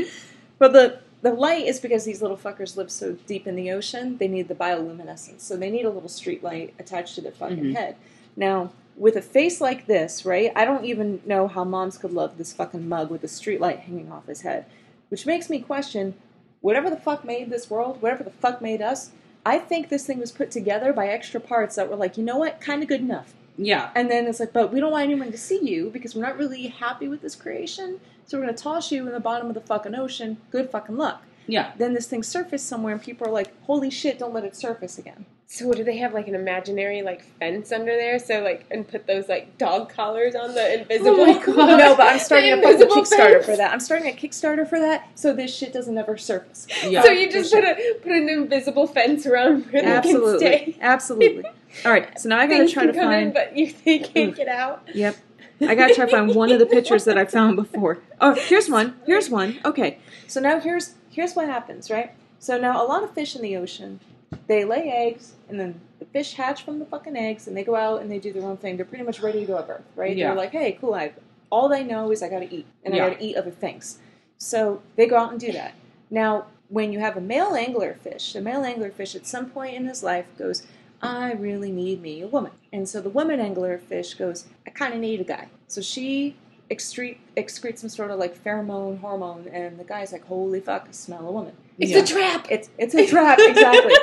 Speaker 2: the the light is because these little fuckers live so deep in the ocean. They need the bioluminescence, so they need a little street light attached to their fucking
Speaker 3: Mhm.
Speaker 2: head. Now. with a face like this, right? I don't even know how moms could love this fucking mug with a streetlight hanging off his head, which makes me question whatever the fuck made this world, whatever the fuck made us. I think this thing was put together by extra parts that were like, you know what, kind of good enough.
Speaker 3: Yeah.
Speaker 2: And then it's like, but we don't want anyone to see you because we're not really happy with this creation, so we're gonna toss you in the bottom of the fucking ocean. Good fucking luck.
Speaker 3: Yeah.
Speaker 2: Then this thing surfaced somewhere, and people are like, holy shit, don't let it surface again.
Speaker 4: So what do they have like an imaginary like fence under there? So like and put those like dog collars on the invisible.
Speaker 3: Oh my God.
Speaker 2: No, but I'm starting
Speaker 4: The
Speaker 2: a fucking
Speaker 4: invisible
Speaker 2: Kickstarter
Speaker 4: fence.
Speaker 2: for that. I'm starting a Kickstarter for that, so this shit doesn't ever surface.
Speaker 3: Yeah.
Speaker 4: So you just put a put an invisible fence around where they can
Speaker 2: Absolutely,
Speaker 4: stay.
Speaker 2: absolutely. All right, so now I gotta
Speaker 4: Things
Speaker 2: try to
Speaker 4: can come
Speaker 2: find. Mm.
Speaker 4: in, but you they can't get out.
Speaker 2: Yep. I gotta try to find one of the pictures that I found before. Oh, here's one. Here's one. Okay. So now here's here's what happens, right? So now a lot of fish in the ocean, they lay eggs, and then the fish hatch from the fucking eggs, and they go out and they do their own thing. They're pretty much ready to go at birth, right?
Speaker 3: Yeah.
Speaker 2: They're like, hey, cool. I all they know is I gotta eat, and
Speaker 3: Yeah.
Speaker 2: I gotta eat other things. So they go out and do that. Now, when you have a male anglerfish, the male anglerfish at some point in his life goes, I really need me a woman. And so the woman anglerfish goes, I kind of need a guy. So she excrete, excretes some sort of like pheromone hormone, and the guy's like, Holy fuck, I smell a woman.
Speaker 4: It's
Speaker 3: Yeah.
Speaker 4: a trap.
Speaker 2: It's, it's a trap, exactly.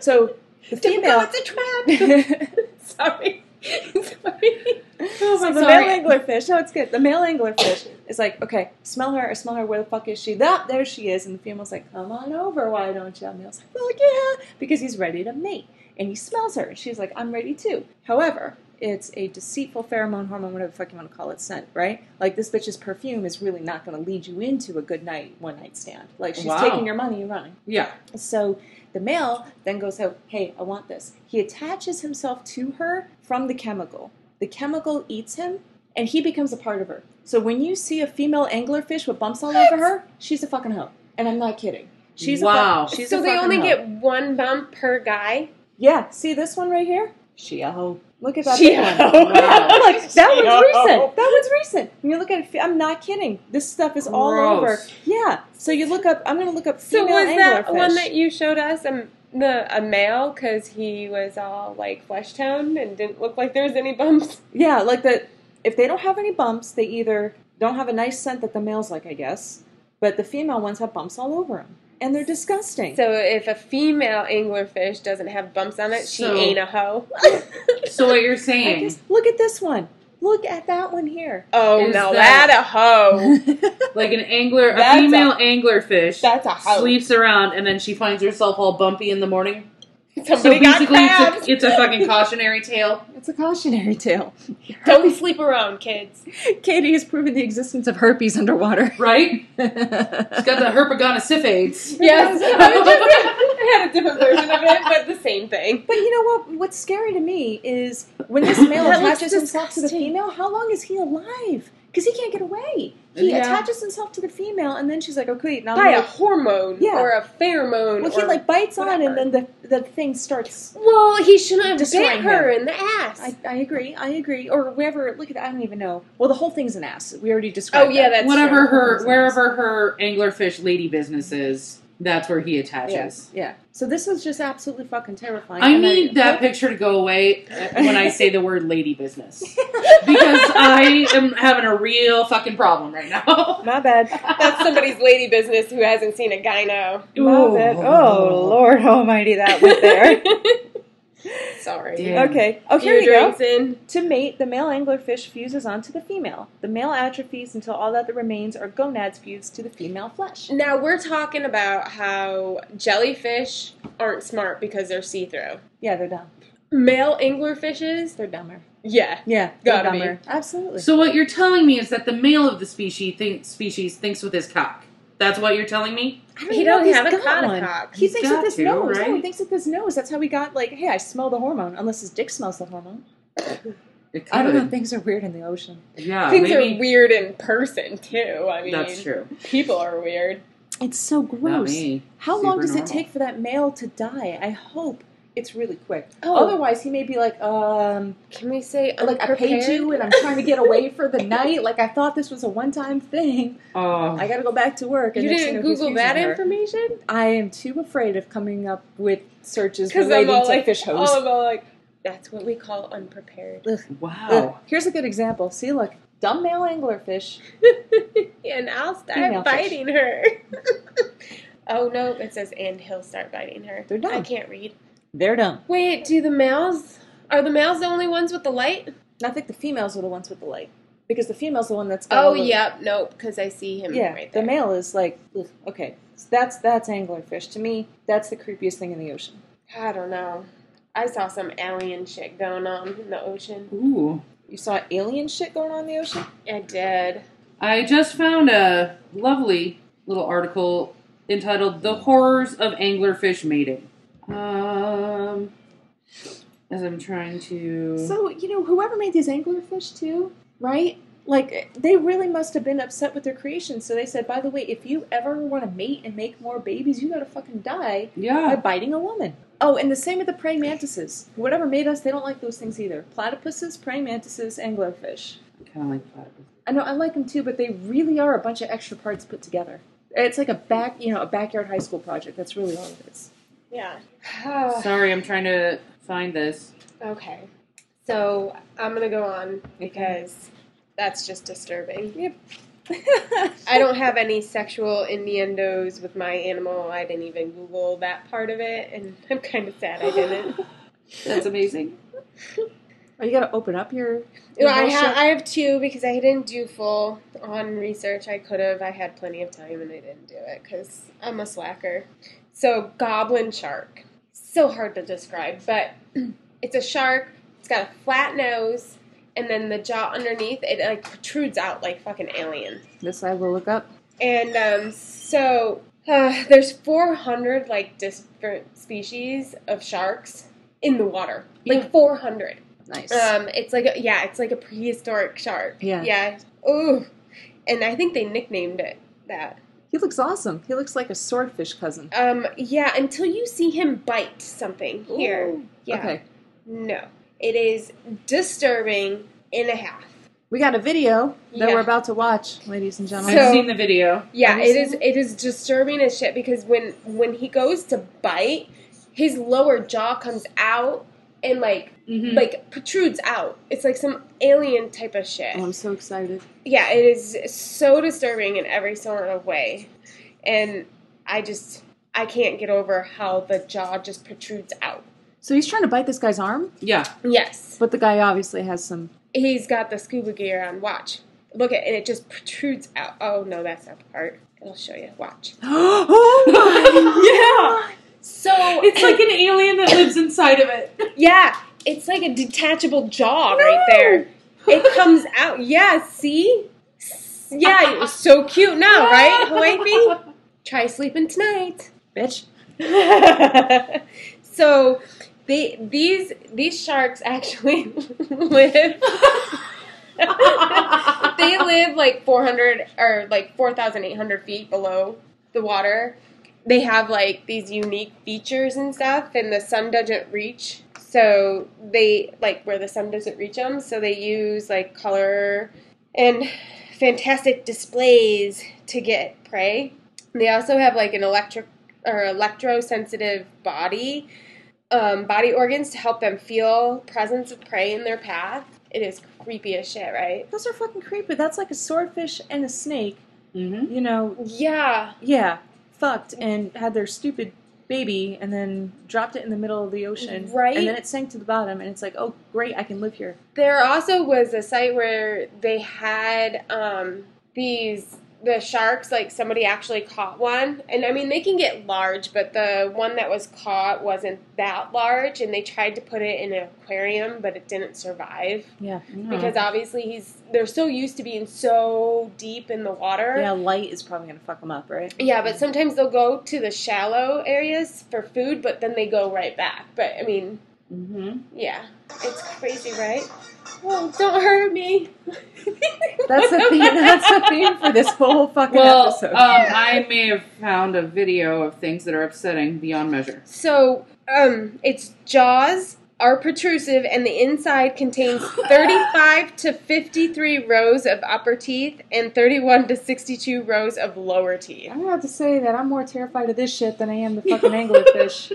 Speaker 2: So the
Speaker 4: Don't go,
Speaker 2: female.
Speaker 4: It's a trap.
Speaker 2: so
Speaker 4: Sorry. Sorry.
Speaker 2: the
Speaker 4: Sorry.
Speaker 2: male anglerfish, no, it's good. The male anglerfish is like, okay, smell her, I smell her, where the fuck is she? Ah, there she is. And the female's like, come on over, why don't you? And the male's like, well, yeah, because he's ready to mate. And he smells her, and she's like, I'm ready too. However, it's a deceitful pheromone hormone, whatever the fuck you want to call it, scent, right? Like, this bitch's perfume is really not going to lead you into a good night, one night stand. Like, she's
Speaker 3: Wow.
Speaker 2: taking your money and running.
Speaker 3: Yeah.
Speaker 2: So the male then goes out, hey, I want this. He attaches himself to her from the chemical. The chemical eats him and he becomes a part of her. So when you see a female anglerfish with bumps all over her, she's a fucking hoe. And I'm not kidding. She's
Speaker 3: Wow.
Speaker 2: A fuck, she's
Speaker 4: so
Speaker 2: a
Speaker 4: they
Speaker 2: fucking
Speaker 4: only
Speaker 2: hoe.
Speaker 4: get one bump per guy.
Speaker 2: Yeah, see this one right here? She a hoe. Look at that
Speaker 4: She
Speaker 2: big
Speaker 4: a
Speaker 2: one.
Speaker 4: hoe.
Speaker 2: Look, that
Speaker 4: She a
Speaker 2: one's
Speaker 4: hoe.
Speaker 2: recent. That one's recent. When you look at it, I'm not kidding. This stuff is all
Speaker 3: Gross.
Speaker 2: over. Yeah. So you look up. I'm gonna look up
Speaker 4: So
Speaker 2: female
Speaker 4: was that
Speaker 2: anglerfish.
Speaker 4: one that you showed us a, the a male because he was all like flesh toned and didn't look like there was any bumps?
Speaker 2: Yeah, like the if they don't have any bumps, they either don't have a nice scent that the males like, I guess, but the female ones have bumps all over them, and they're disgusting.
Speaker 4: So if a female anglerfish doesn't have bumps on it, she
Speaker 3: So-
Speaker 4: ain't a hoe.
Speaker 3: So what you're
Speaker 2: I
Speaker 3: saying,
Speaker 2: guess, look at this one. Look at that one here.
Speaker 4: oh,
Speaker 3: Is
Speaker 4: now
Speaker 3: that-
Speaker 4: that, a hoe.
Speaker 3: like an angler, a
Speaker 4: That's a-
Speaker 3: female anglerfish
Speaker 4: That's a hoe.
Speaker 3: sleeps around and then she finds herself all bumpy in the morning.
Speaker 4: Somebody got crabs.
Speaker 3: it's a, it's a fucking cautionary tale.
Speaker 2: It's a cautionary tale.
Speaker 4: Don't sleep around, kids.
Speaker 2: Katie has proven the existence of herpes underwater.
Speaker 3: Right? It's got the herpagoniciphates.
Speaker 4: Yes, I, was just, I had a different version of it, but the same thing.
Speaker 2: But you know what? What's scary to me is when this male
Speaker 4: That looks
Speaker 2: attaches himself to the
Speaker 4: disgusting.
Speaker 2: female. How long is he alive? Because he can't get away. He
Speaker 3: Yeah.
Speaker 2: attaches himself to the female, and then she's like, "Okay, now
Speaker 4: By
Speaker 2: I'm
Speaker 4: a
Speaker 2: gonna-
Speaker 4: hormone
Speaker 2: Um, Yeah.
Speaker 4: or a pheromone.
Speaker 2: Well, he
Speaker 4: or-
Speaker 2: like bites on,
Speaker 4: whatever.
Speaker 2: and then the the thing starts
Speaker 4: well, he shouldn't have
Speaker 2: Destroying
Speaker 4: bit her in the ass.
Speaker 2: I, I agree. I agree. Or wherever. Look at. I don't even know. Well, the whole thing's an ass. We already described.
Speaker 4: oh yeah,
Speaker 2: that.
Speaker 4: that's
Speaker 3: Whatever
Speaker 4: true.
Speaker 3: her, wherever her anglerfish lady business is, that's where he
Speaker 2: Yeah.
Speaker 3: attaches.
Speaker 2: yeah. So this is just absolutely fucking terrifying.
Speaker 3: I
Speaker 2: And
Speaker 3: need that picture to go away uh, when I say the word lady business. Because I am having a real fucking problem right now.
Speaker 2: My bad.
Speaker 4: That's somebody's lady business who hasn't seen a gyno.
Speaker 2: My bad. Oh Lord Almighty, that went there.
Speaker 4: Sorry.
Speaker 3: Damn.
Speaker 2: okay. Oh, here
Speaker 4: Your
Speaker 2: you go.
Speaker 4: drinks in.
Speaker 2: To mate, the male anglerfish fuses onto the female. The male atrophies until all that remains are gonads fused to the female flesh.
Speaker 4: Now we're talking about how jellyfish aren't smart because they're see through.
Speaker 2: Yeah, they're dumb.
Speaker 4: Male anglerfishes,
Speaker 2: They're dumber.
Speaker 4: yeah.
Speaker 2: Yeah, they're
Speaker 4: Gotta be.
Speaker 2: dumber. Absolutely.
Speaker 3: So what you're telling me is that the male of the species think, species thinks with his cock. That's what you're telling me.
Speaker 2: I don't
Speaker 4: He
Speaker 2: even know
Speaker 4: don't
Speaker 2: if he's
Speaker 4: have a
Speaker 2: got
Speaker 4: cotta
Speaker 2: one.
Speaker 4: cock.
Speaker 2: He
Speaker 3: He's
Speaker 2: thinks
Speaker 3: got
Speaker 2: with his
Speaker 3: to,
Speaker 2: nose. No, he
Speaker 3: right?
Speaker 2: thinks with his nose. That's how he got like, hey, I smell the hormone. Unless his dick smells the hormone.
Speaker 3: It
Speaker 2: I don't know.
Speaker 3: could.
Speaker 2: Things are weird in the ocean.
Speaker 3: Yeah,
Speaker 4: Things
Speaker 3: maybe
Speaker 4: are weird in person too. I mean,
Speaker 3: that's true.
Speaker 4: people are weird.
Speaker 2: It's so
Speaker 3: Not
Speaker 2: gross.
Speaker 3: me.
Speaker 2: How long does it
Speaker 3: Supernormal.
Speaker 2: take for that male to die? I hope it's really quick.
Speaker 4: Oh.
Speaker 2: Otherwise, he may be like, um,
Speaker 4: Can we say
Speaker 2: like I paid you and I'm trying to get away for the night. Like I thought this was a one-time thing.
Speaker 3: Oh,
Speaker 2: I got to go back to work. And
Speaker 4: You
Speaker 2: next
Speaker 4: didn't
Speaker 2: thing you know, he's
Speaker 4: Google
Speaker 2: using
Speaker 4: that
Speaker 2: her.
Speaker 4: information?
Speaker 2: I am too afraid of coming up with searches
Speaker 4: Because I'm
Speaker 2: relating
Speaker 4: all
Speaker 2: to
Speaker 4: like,
Speaker 2: fish hose.
Speaker 4: all about Oh, like, That's what we call unprepared.
Speaker 3: Wow.
Speaker 2: Ugh, Uh, here's a good example. See, look, dumb male anglerfish.
Speaker 4: and I'll start
Speaker 2: Female fish.
Speaker 4: biting her. oh no, it says and he'll start biting her.
Speaker 2: They're dumb.
Speaker 4: I can't read.
Speaker 2: They're dumb.
Speaker 4: Wait, do the males are the males the only ones with the light?
Speaker 2: And I think the females are the ones with the light because the female's the one that's got
Speaker 4: Oh,
Speaker 2: all the-
Speaker 4: yep, nope, because I see him
Speaker 2: yeah.
Speaker 4: right
Speaker 2: the
Speaker 4: there.
Speaker 2: male is like ugh, okay. So that's that's anglerfish to me. That's the creepiest thing in the ocean.
Speaker 4: I don't know. I saw some alien shit going on in the ocean.
Speaker 3: Ooh.
Speaker 2: You saw alien shit going on in the ocean.
Speaker 4: I did.
Speaker 3: I just found a lovely little article entitled "The Horrors of Anglerfish Mating." Um, as I'm trying to.
Speaker 2: So you know, whoever made these anglerfish too, right? Like they really must have been upset with their creation. So they said, by the way, if you ever want to mate and make more babies, you gotta fucking die by
Speaker 3: yeah.
Speaker 2: biting a woman. Oh, and the same with the praying mantises. Whatever made us, they don't like those things either. Platypuses, praying mantises, anglerfish.
Speaker 3: Kind of like platypus.
Speaker 2: I know I like them too, but they really are a bunch of extra parts put together. It's like a back, you know, a backyard high school project. That's really all it is.
Speaker 4: Yeah.
Speaker 3: Sorry, I'm trying to find this.
Speaker 4: okay. So I'm gonna go on because that's just disturbing.
Speaker 2: Yep.
Speaker 4: I don't have any sexual innuendos with my animal. I didn't even Google that part of it, and I'm kind of sad I didn't.
Speaker 3: That's amazing.
Speaker 2: Oh, you gotta open up your. your
Speaker 4: Well, I
Speaker 2: whole
Speaker 4: have
Speaker 2: shit.
Speaker 4: I have two because I didn't do full on research. I could have. I had plenty of time, and I didn't do it because I'm a slacker. So goblin shark, so hard to describe, but it's a shark. It's got a flat nose, and then the jaw underneath it like protrudes out like fucking alien.
Speaker 2: This I will look up.
Speaker 4: And um, so uh, there's 400 like different species of sharks in the water. Like
Speaker 2: Yeah.
Speaker 4: 400.
Speaker 2: Nice.
Speaker 4: Um, it's like a, yeah, it's like a prehistoric shark.
Speaker 2: Yeah.
Speaker 4: Yeah. Ooh. And I think they nicknamed it that.
Speaker 2: He looks awesome. He looks like a swordfish cousin.
Speaker 4: Um, yeah. Until you see him bite something here.
Speaker 2: Ooh.
Speaker 4: Yeah.
Speaker 2: Okay.
Speaker 4: No. It is disturbing in a half.
Speaker 2: We got a video that
Speaker 4: Yeah.
Speaker 2: we're about to watch, ladies and gentlemen.
Speaker 4: So-
Speaker 3: I've seen the video.
Speaker 4: Yeah,
Speaker 2: Have you
Speaker 4: it
Speaker 2: seen
Speaker 4: is.
Speaker 2: it?
Speaker 4: It is disturbing as shit because when when he goes to bite, his lower jaw comes out and like
Speaker 3: Mhm.
Speaker 4: like protrudes out. It's like some alien type of shit.
Speaker 2: Oh, I'm so excited.
Speaker 4: yeah, it is so disturbing in every sort of way, and I just I can't get over how the jaw just protrudes out.
Speaker 2: So he's trying to bite this guy's arm,
Speaker 3: Yeah.
Speaker 4: Yes,
Speaker 2: but the guy obviously has some.
Speaker 4: he's got the scuba gear on. Watch, look at, and it just protrudes out. Oh no, that's not the part. I'll show you. Watch.
Speaker 2: oh
Speaker 3: yeah.
Speaker 4: So
Speaker 3: It's like an alien that lives inside of it.
Speaker 4: Yeah, it's like a detachable jaw right there. It comes out. Yeah, see? S- Yeah, it was so cute now, right, Hoifi? Try sleeping tonight.
Speaker 2: Bitch.
Speaker 4: so they these these sharks actually live they live like 400 or like 4,800 feet below the water. They have like these unique features and stuff, and the sun doesn't reach. So they like where the sun doesn't reach them. So they use like color and fantastic displays to get prey. They also have like an electric or electrosensitive body, um, body organs to help them feel presence of prey in their path. It is creepy as shit, right?
Speaker 2: Those are fucking creepy. That's like a swordfish and a snake.
Speaker 3: Mm-hmm.
Speaker 2: You know,
Speaker 4: Yeah,
Speaker 2: yeah, fucked and had their stupid baby and then dropped it in the middle of the ocean.
Speaker 4: Right.
Speaker 2: And then it sank to the bottom and it's like, oh, great, I can live here.
Speaker 4: there also was a site where they had um, these the sharks like somebody actually caught one and i mean they can get large but the one that was caught wasn't that large and they tried to put it in an aquarium but it didn't survive
Speaker 2: Yeah.
Speaker 3: Mm-hmm.
Speaker 2: Mm.
Speaker 4: because obviously he's they're so used to being so deep in the water
Speaker 2: Yeah, light is probably going to fuck them up, right?
Speaker 4: Yeah, but sometimes they'll go to the shallow areas for food, but then they go right back. But I mean,
Speaker 3: hmm
Speaker 4: yeah, it's crazy, right? Oh, don't hurt me.
Speaker 2: That's the theme. That's the theme for this whole fucking
Speaker 3: Well, um,
Speaker 2: episode.
Speaker 3: I may have found a video of things that are upsetting beyond measure.
Speaker 4: So, um, its jaws are protrusive, and the inside contains 35 to 53 rows of upper teeth and 31 to 62 rows of lower teeth.
Speaker 2: I have to say that I'm more terrified of this shit than I am the fucking anglerfish.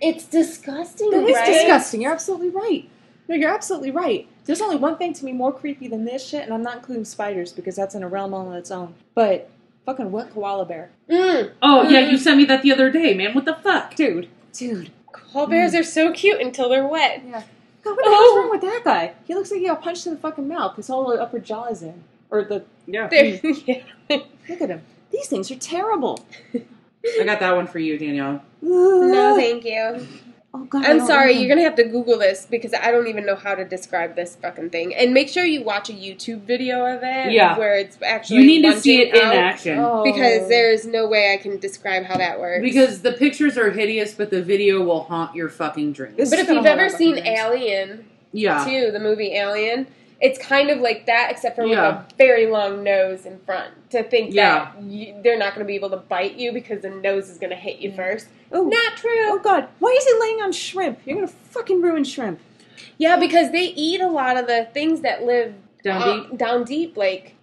Speaker 4: It's disgusting,
Speaker 2: That is
Speaker 4: right?
Speaker 2: disgusting. You're absolutely right. No, you're absolutely right. There's only one thing to me more creepy than this shit, and I'm not including spiders because that's in a realm all on its own. But fucking wet koala bear,
Speaker 4: Mm.
Speaker 3: Oh yeah,
Speaker 4: Mm.
Speaker 3: you sent me that the other day, man. What the fuck?
Speaker 2: dude, dude.
Speaker 4: Koala bears are so cute until they're wet.
Speaker 2: God, what the
Speaker 4: Oh.
Speaker 2: hell's wrong with that guy? He looks like he got punched in the fucking mouth. His whole upper jaw is in, or the
Speaker 3: Yeah,
Speaker 4: They're, yeah.
Speaker 2: look at him. These things are terrible.
Speaker 3: I got that one for you, Danielle.
Speaker 4: No, thank you.
Speaker 2: oh, God, I
Speaker 4: I'm
Speaker 2: don't
Speaker 4: sorry,
Speaker 2: know.
Speaker 4: you're gonna have to Google this because I don't even know how to describe this fucking thing. And make sure you watch a YouTube video of it.
Speaker 3: Yeah.
Speaker 4: Where it's actually
Speaker 3: You need to see it
Speaker 4: lunging
Speaker 3: in
Speaker 4: out,
Speaker 3: action.
Speaker 2: Oh.
Speaker 4: because there's no way I can describe how that works.
Speaker 3: Because the pictures are hideous, but the video will haunt your fucking dreams.
Speaker 2: This-
Speaker 4: but if
Speaker 2: Gonna
Speaker 4: you've
Speaker 2: hold
Speaker 4: ever
Speaker 2: up my fucking
Speaker 4: seen
Speaker 2: ears.
Speaker 4: Alien
Speaker 3: Yeah.
Speaker 4: too, the movie Alien, it's kind of like that, except for
Speaker 3: Yeah.
Speaker 4: with a very long nose in front. To think
Speaker 3: Yeah.
Speaker 4: that you, they're not going to be able to bite you because the nose is going to hit you
Speaker 2: Yeah.
Speaker 4: first.
Speaker 2: Oh,
Speaker 4: Not
Speaker 2: oh
Speaker 4: true.
Speaker 2: God, why is he laying on shrimp? You're gonna fucking ruin shrimp.
Speaker 4: Yeah, because they eat a lot of the things that live
Speaker 3: Down
Speaker 4: uh,
Speaker 3: deep.
Speaker 4: down deep, like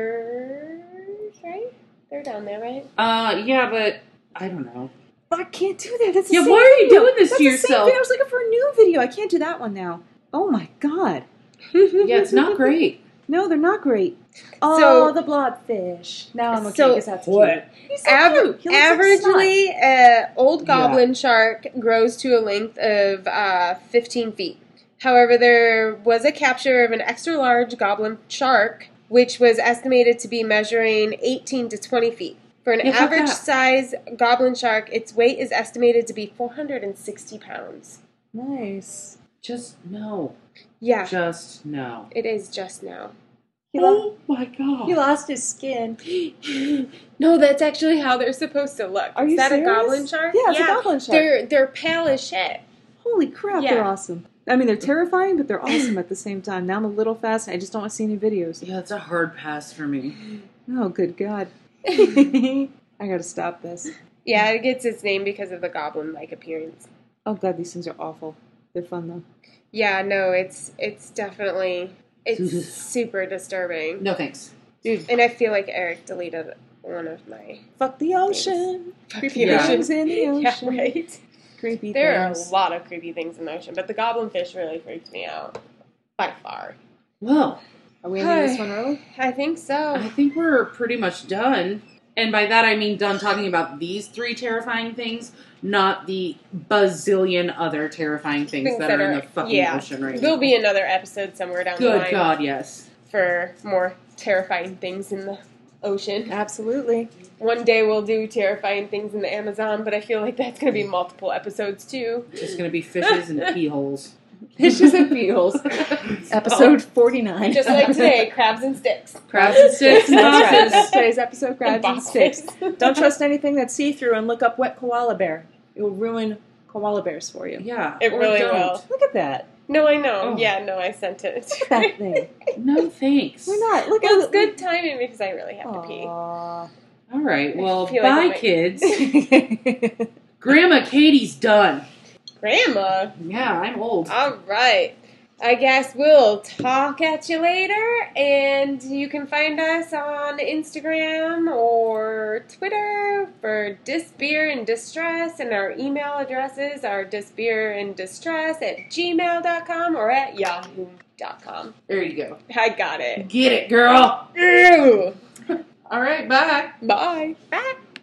Speaker 4: lobsters, right? They're down there, right?
Speaker 3: Uh, yeah, but I don't know.
Speaker 2: But I can't do that. That's the
Speaker 3: Yeah,
Speaker 2: same
Speaker 3: why are you
Speaker 2: video.
Speaker 3: doing this
Speaker 2: That's
Speaker 3: to
Speaker 2: the Same
Speaker 3: yourself?
Speaker 2: video. I was looking for a new video. I can't do that one now. Oh my god.
Speaker 4: Mm-hmm.
Speaker 3: Yeah, it's not great.
Speaker 2: No, they're not great. Oh,
Speaker 4: So-
Speaker 2: the blobfish. Now I'm okay
Speaker 4: So-
Speaker 2: because that's cute. He's so
Speaker 4: Aver-
Speaker 2: cute. He looks like a snot.
Speaker 4: averagely, uh, old
Speaker 3: Yeah.
Speaker 4: goblin shark grows to a length of uh, 15 feet. However, there was a capture of an extra large goblin shark, which was estimated to be measuring 18 to 20 feet. For an
Speaker 3: Yeah, fuck
Speaker 4: average
Speaker 3: that.
Speaker 4: size goblin shark, its weight is estimated to be 460 pounds.
Speaker 2: nice.
Speaker 3: Just no.
Speaker 4: Yeah,
Speaker 3: Just no.
Speaker 4: it is just now.
Speaker 2: He, lo-
Speaker 3: Oh my god.
Speaker 2: he lost his skin.
Speaker 4: no, that's actually how they're supposed to look.
Speaker 2: Are
Speaker 4: is
Speaker 2: you
Speaker 4: that
Speaker 2: serious?
Speaker 4: a goblin shark?
Speaker 2: Yeah, it's a goblin shark.
Speaker 4: They're they're pale as shit.
Speaker 2: Holy crap,
Speaker 4: Yeah.
Speaker 2: they're awesome. I mean, they're terrifying, but they're awesome at the same time. Now I'm a little fast. I just don't want to see any videos.
Speaker 3: yeah, it's a hard pass for me.
Speaker 2: Oh, good God. I gotta stop this.
Speaker 4: Yeah, it gets its name because of the goblin like appearance.
Speaker 2: Oh, God, these things are awful. They're fun, though.
Speaker 4: Yeah, no, it's it's definitely it's super disturbing.
Speaker 3: No thanks.
Speaker 4: And I feel like Eric deleted one of my
Speaker 2: Fuck the ocean. Creepy
Speaker 3: Yeah.
Speaker 2: things in the
Speaker 4: Yeah,
Speaker 2: ocean.
Speaker 4: right.
Speaker 2: Creepy
Speaker 4: There are a
Speaker 2: things.
Speaker 4: lot of creepy things in the ocean, but the goblin fish really freaked me out. By far.
Speaker 3: Well,
Speaker 2: Are we ending this
Speaker 4: Hi.
Speaker 2: one early?
Speaker 4: I think
Speaker 3: I
Speaker 4: so.
Speaker 3: think we're pretty much done. And by that I mean done talking about these three terrifying things, not the bazillion other terrifying things, that, are, in the fucking
Speaker 4: yeah.
Speaker 3: ocean right
Speaker 4: There'll
Speaker 3: now.
Speaker 4: be another episode somewhere down the
Speaker 3: Good
Speaker 4: line
Speaker 3: God, yes.
Speaker 4: for more terrifying things in the ocean.
Speaker 2: Absolutely.
Speaker 4: One day we'll do terrifying things in the Amazon, but I feel like that's going to be multiple episodes too.
Speaker 3: Just gonna be fishes and pee holes.
Speaker 2: Fishes and peels. Episode 49.
Speaker 4: Just like today, crabs and sticks.
Speaker 3: Crabs and sticks and
Speaker 2: That's right.
Speaker 3: boxes.
Speaker 2: Today's episode, Crabs and Sticks. Don't trust anything that's see through and look up wet koala bear. It will ruin koala bears for you.
Speaker 3: Yeah.
Speaker 4: It
Speaker 3: or
Speaker 4: really
Speaker 3: don't.
Speaker 2: Look at that.
Speaker 4: No, I know.
Speaker 3: Oh.
Speaker 4: Yeah, no, I sent it.
Speaker 2: Look at that thing.
Speaker 3: No thanks.
Speaker 2: We're not. Look
Speaker 4: Well,
Speaker 2: at
Speaker 4: it's good timing because I really have to pee.
Speaker 3: All right. Well,
Speaker 4: feel like
Speaker 3: bye,
Speaker 4: it might-
Speaker 3: kids.
Speaker 2: pee.
Speaker 3: Grandma Katie's done.
Speaker 4: Grandma.
Speaker 3: Yeah, I'm old.
Speaker 4: All right. I guess we'll talk at you later, and you can find us on Instagram or Twitter for Disbeer and Distress, and our email addresses are disbeer and distress at gmail.com or at yahoo.com.
Speaker 3: There you go.
Speaker 4: I got it.
Speaker 3: Get it, girl.
Speaker 4: Ew.
Speaker 3: All right. Bye.
Speaker 4: Bye. Bye.